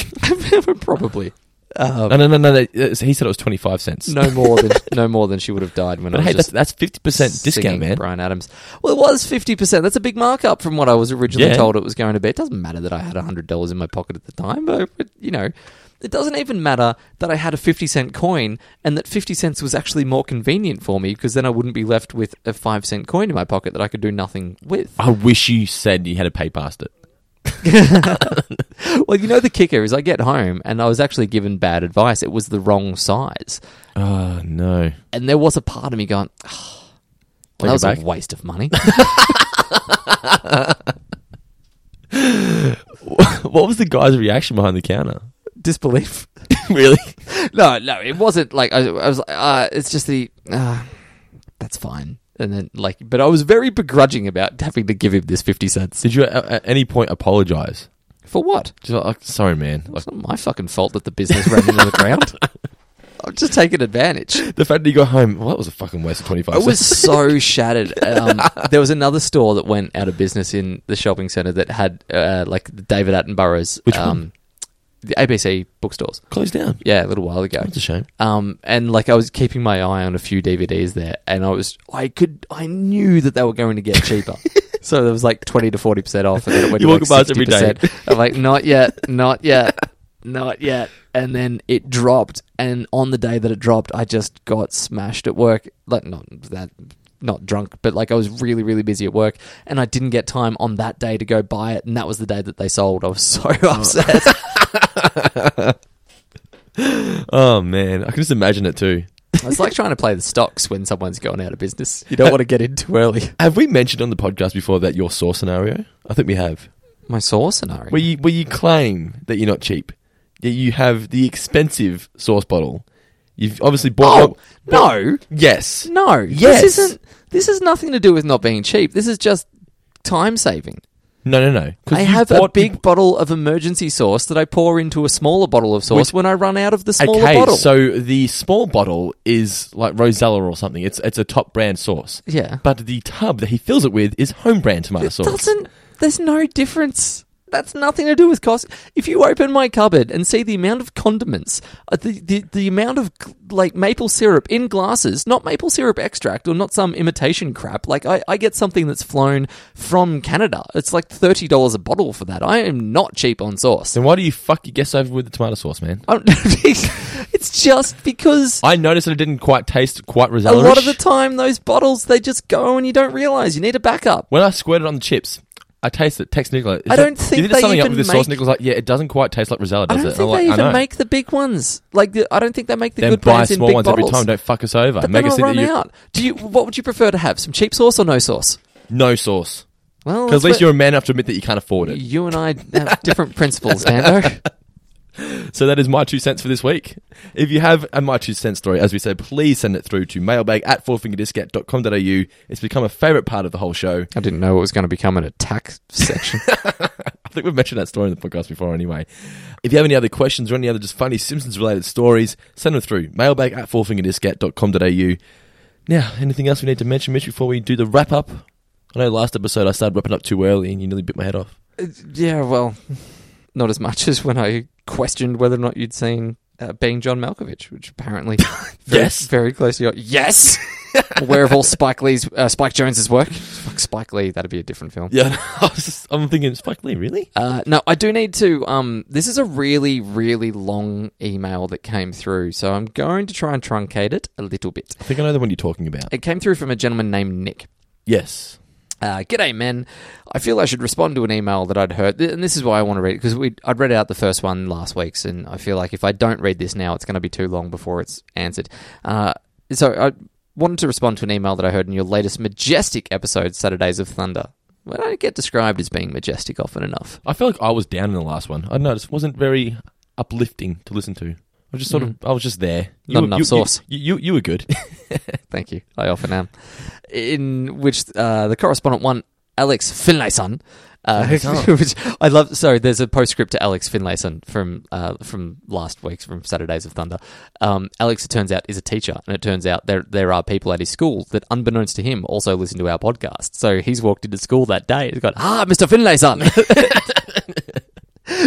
S5: probably.
S4: no, no, no, no. that- that's- He said it was twenty five cents.
S5: No more than no more than she would have died when I
S4: but
S5: was
S4: hey,
S5: just
S4: that's that's fifty percent discount,
S5: singing
S4: man.
S5: Brian Adams. Well, it was fifty percent. That's a big markup from what I was originally
S4: Yeah.
S5: told it was going to be. It doesn't matter that I had hundred dollars in my pocket at the time, but but, you know, it doesn't even matter that I had a fifty cent coin and that fifty cents was actually more convenient for me because then I wouldn't be left with a five cent coin in my pocket that I could do nothing with.
S4: I wish you said you had to pay past it.
S5: Well, you know, the kicker is I get home and I was actually given bad advice. It was the wrong size,
S4: Oh no.
S5: and there was a part of me going. "Ah, well,
S4: Take it
S5: that was
S4: back."
S5: a waste of money.
S4: What was the guy's reaction behind the counter?
S5: Disbelief.
S4: really?
S5: No, no, it wasn't like I, I was like, uh, it's just the, uh, that's fine. And then, like, but I was very begrudging about having to give him this 50 cents.
S4: Did you at, at any point apologize?
S5: For what?
S4: Just like, sorry, man. Like
S5: It's not my fucking fault that the business ran into the ground. I'm just taking advantage.
S4: the fact that you got home. Well, that was a fucking waste of twenty
S5: I
S4: five.
S5: was
S4: cents.
S5: so shattered. Um, there was another store that went out of business in the shopping centre that had, uh, like, David Attenborough's.
S4: Which one?
S5: um, The ABC bookstores.
S4: closed down.
S5: Yeah, a little while ago.
S4: That's a shame.
S5: Um, and like I was keeping my eye on a few DVDs there, and I was I could I knew that they were going to get cheaper. so there was like twenty to forty percent off, and then it went
S4: You
S5: to
S4: walk
S5: like
S4: past every day.
S5: 60%. I'm like, not yet, not yet, not yet. And then it dropped, and on the day that it dropped, I just got smashed at work. Like not that. Not drunk, but like I was really, really busy at work, and I didn't get time on that day to go buy it, and that was the day that they sold. I was so upset.
S4: Oh man, I can just imagine it too.
S5: It's like trying to play the stocks when someone's gone out of business. You don't want to get in too early.
S4: Have we mentioned on the podcast before that your saw scenario? I think we have.
S5: My saw scenario.
S4: where you where you claim that you're not cheap. Yet you have the expensive sauce bottle. You've obviously bought.
S5: oh no,
S4: Yes.
S5: no.
S4: Yes.
S5: This isn't. This has nothing to do with not being cheap. This is just time saving.
S4: No. No. No. 'Cause
S5: I
S4: you
S5: have a
S4: bought-
S5: big
S4: you-
S5: bottle of emergency sauce that I pour into a smaller bottle of sauce
S4: Which-
S5: when I run out of the smaller
S4: Okay,
S5: bottle.
S4: so the small bottle is like Rosella or something. It's it's a top brand sauce.
S5: Yeah.
S4: But the tub that he fills it with is home brand tomato
S5: it
S4: sauce.
S5: doesn't. There's no difference. That's nothing to do with cost. If you open my cupboard and see the amount of condiments, uh, the, the, the amount of like maple syrup in glasses, not maple syrup extract or not some imitation crap. Like I, I get something that's flown from Canada. It's like thirty dollars a bottle for that. I am not cheap on sauce.
S4: Then why do you fuck your guests over with the tomato sauce, man?
S5: I don't- it's just because
S4: I noticed that it didn't quite taste quite
S5: a
S4: resemblance.
S5: lot of the time those bottles they just go and you don't realize you need a backup.
S4: when I squirted on the chips, I tasted it. Text Nicola. is
S5: I don't
S4: that-
S5: think
S4: you did
S5: they
S4: something up
S5: even
S4: with this sauce.
S5: make-
S4: Nicola's like, yeah, it doesn't quite taste like Rosella,
S5: I
S4: does
S5: don't
S4: it?
S5: think
S4: I'm
S5: they
S4: like, I
S5: even
S4: know.
S5: make the big ones. Like the, I don't think they make the
S4: Then
S5: good
S4: buy
S5: ones in
S4: small
S5: big
S4: ones
S5: bottles.
S4: every time. Don't fuck us over.
S5: But
S4: make
S5: then
S4: us think
S5: I'll run
S4: that you
S5: out. Do you? What would you prefer to have? Some cheap sauce or no sauce?
S4: no sauce.
S5: Well,
S4: Because
S5: that's
S4: at least
S5: what-
S4: you're a man enough to admit that you can't afford it.
S5: you and I have different principles, Dando.
S4: So that is my two cents for this week. If you have a my two cents story, as we said, please send it through to mailbag at fourfingerdiscount.com.au. It's become a favourite part of the whole show.
S5: I didn't know it was going to become an attack section.
S4: I think we've mentioned that story in the podcast before anyway. If you have any other questions or any other just funny Simpsons related stories, send them through mailbag at fourfingerdiscount.com.au. Now, anything else we need to mention, Mitch, before we do the wrap up? I know last episode I started wrapping up too early and you nearly bit my head off.
S5: yeah, well, not as much as when I questioned whether or not you'd seen uh, being John Malkovich, which apparently very,
S4: Yes.
S5: very closely. Yes, aware of all Spike Lee's uh, Spike Jones's work. Fuck Spike Lee, that'd be a different film.
S4: Yeah, I was just, I'm thinking, Spike Lee, really?
S5: Uh, no, I do need to. Um, this is a really, really long email that came through, so I'm going to try and truncate it a little bit.
S4: I think I know the one you're talking about.
S5: It came through from a gentleman named Nick.
S4: Yes.
S5: Uh, G'day, men. I feel I should respond to an email that I'd heard, and this is why I want to read it because I'd read out the first one last week's, and I feel like if I don't read this now, it's going to be too long before it's answered. Uh, so I wanted to respond to an email that I heard in your latest majestic episode, Saturdays of Thunder. Well, I don't get described as being majestic often enough.
S4: I feel like I was down in the last one. I don't know, it just wasn't very uplifting to listen to. I was just sort of, I was just there. Mm. You
S5: Not
S4: were-
S5: enough
S4: you-
S5: sauce.
S4: You, you, you were good.
S5: Thank you. I often am. In which uh, the correspondent one, Alex Finlayson, uh, which I love. Sorry, there's a postscript to Alex Finlayson from uh, from last week's from Saturdays of Thunder. Um, Alex, it turns out, is a teacher, and it turns out there there are people at his school that, unbeknownst to him, also listen to our podcast. So he's walked into school that day. He's got ah, Mister Finlayson.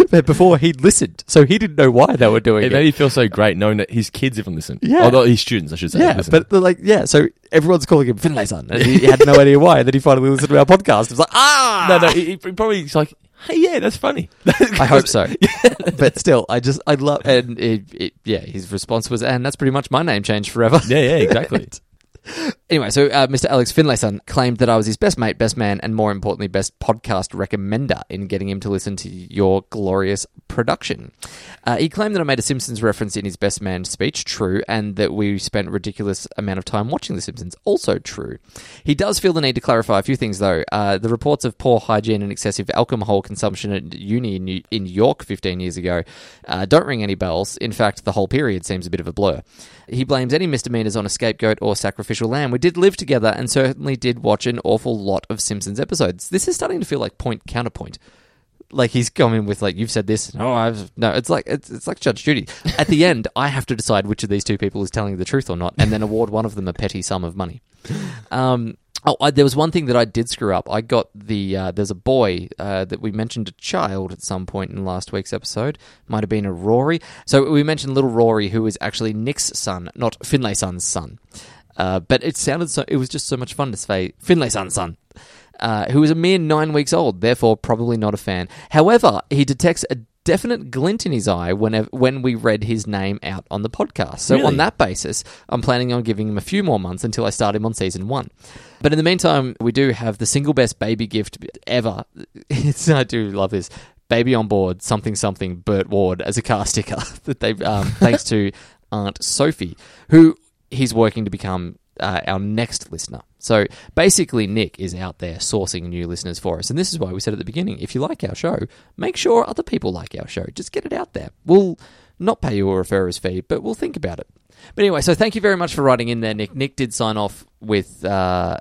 S5: But before he'd listened, so he didn't know why they were doing
S4: It
S5: it.
S4: made me feel so great knowing that his kids even listen.
S5: Yeah.
S4: Although his students, I should say.
S5: Yeah,
S4: listen.
S5: but they're like, yeah, so everyone's calling him Finlayson. And he had no idea why. And then he finally listened to our podcast. It was like, ah!
S4: no, no, he, he probably is like, hey, yeah, that's funny.
S5: I hope so. but still, I just, I love, and it, it, yeah, his response was, and that's pretty much my name changed forever.
S4: yeah, yeah, exactly.
S5: Anyway, so uh, Mr. Alex Finlayson claimed that I was his best mate, best man, and more importantly, best podcast recommender in getting him to listen to your glorious production. Uh, he claimed that I made a Simpsons reference in his best man speech, true, and that we spent a ridiculous amount of time watching The Simpsons, also true. He does feel the need to clarify a few things, though. Uh, the reports of poor hygiene and excessive alcohol consumption at uni in, New- in York 15 years ago uh, don't ring any bells. In fact, the whole period seems a bit of a blur. He blames any misdemeanors on a scapegoat or sacrificial lamb. We did live together and certainly did watch an awful lot of Simpsons episodes. This is starting to feel like point counterpoint. Like he's coming with like you've said this. No, I've no. It's like it's, it's like Judge Judy. At the end, I have to decide which of these two people is telling the truth or not, and then award one of them a petty sum of money. Um, oh, I, there was one thing that I did screw up. I got the uh, there's a boy uh, that we mentioned a child at some point in last week's episode. Might have been a Rory. So we mentioned little Rory, who is actually Nick's son, not Finlayson's son. Uh, but it sounded so. It was just so much fun to say Finlayson's son. Uh, who is a mere nine weeks old, therefore probably not a fan. However, he detects a definite glint in his eye whenever when we read his name out on the podcast. So on
S4: Really?
S5: that basis, I'm planning on giving him a few more months until I start him on season one. But in the meantime, we do have the single best baby gift ever. It's, I do love this. Baby on board, something something, Burt Ward as a car sticker that they um, thanks to Aunt Sophie, who he's working to become uh, our next listener. So basically, Nick is out there sourcing new listeners for us, and this is why we said at the beginning: if you like our show, make sure other people like our show. Just get it out there. We'll not pay you a referrer's fee, but we'll think about it. But anyway, so thank you very much for writing in there, Nick. Nick did sign off with. Uh,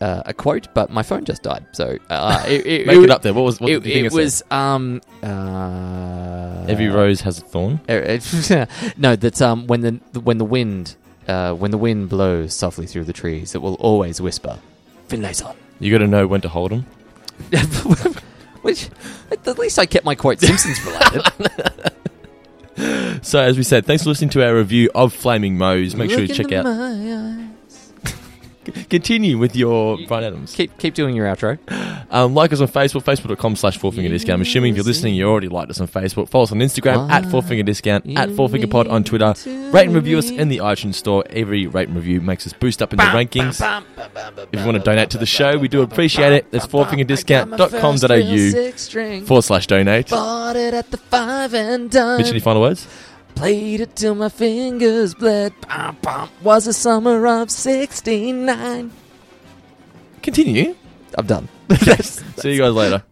S5: uh, a quote, but my phone just died. So uh, it, it,
S4: Make it up there. What was- what
S5: it,
S4: did you think
S5: it
S4: it said?
S5: was? Um, uh,
S4: Every rose has a thorn.
S5: Er, er, no, that's um, when the when the wind uh, when the wind blows softly through the trees, it will always whisper, "Finlayson."
S4: You got to know when to hold them.
S5: Which, at least I kept my quote Simpsons related.
S4: So, as we said, thanks for listening to our review of Flaming Moe's. Make sure you
S5: Look
S4: check
S5: into
S4: out.
S5: my eyes.
S4: Continue with your Brian Adams.
S5: Keep keep doing your outro.
S4: Um, like us on Facebook, facebook.com slash fourfinger discount. I'm assuming if you're listening, you already liked us on Facebook. Follow us on Instagram at fourfinger discount, at fourfingerpod on Twitter. Rate and review us in the iTunes store. Every rate and review makes us boost up in the rankings. If you want to donate to the show, we do appreciate it. That's fourfingerdiscount.com.au
S5: Six string.
S4: forward slash donate.
S5: Bought it at the five and dime.
S4: Mitch, any final words?
S5: Played it till my fingers bled. Bum, bum. Was the summer of '69.
S4: Continue.
S5: I'm done.
S4: See you guys later.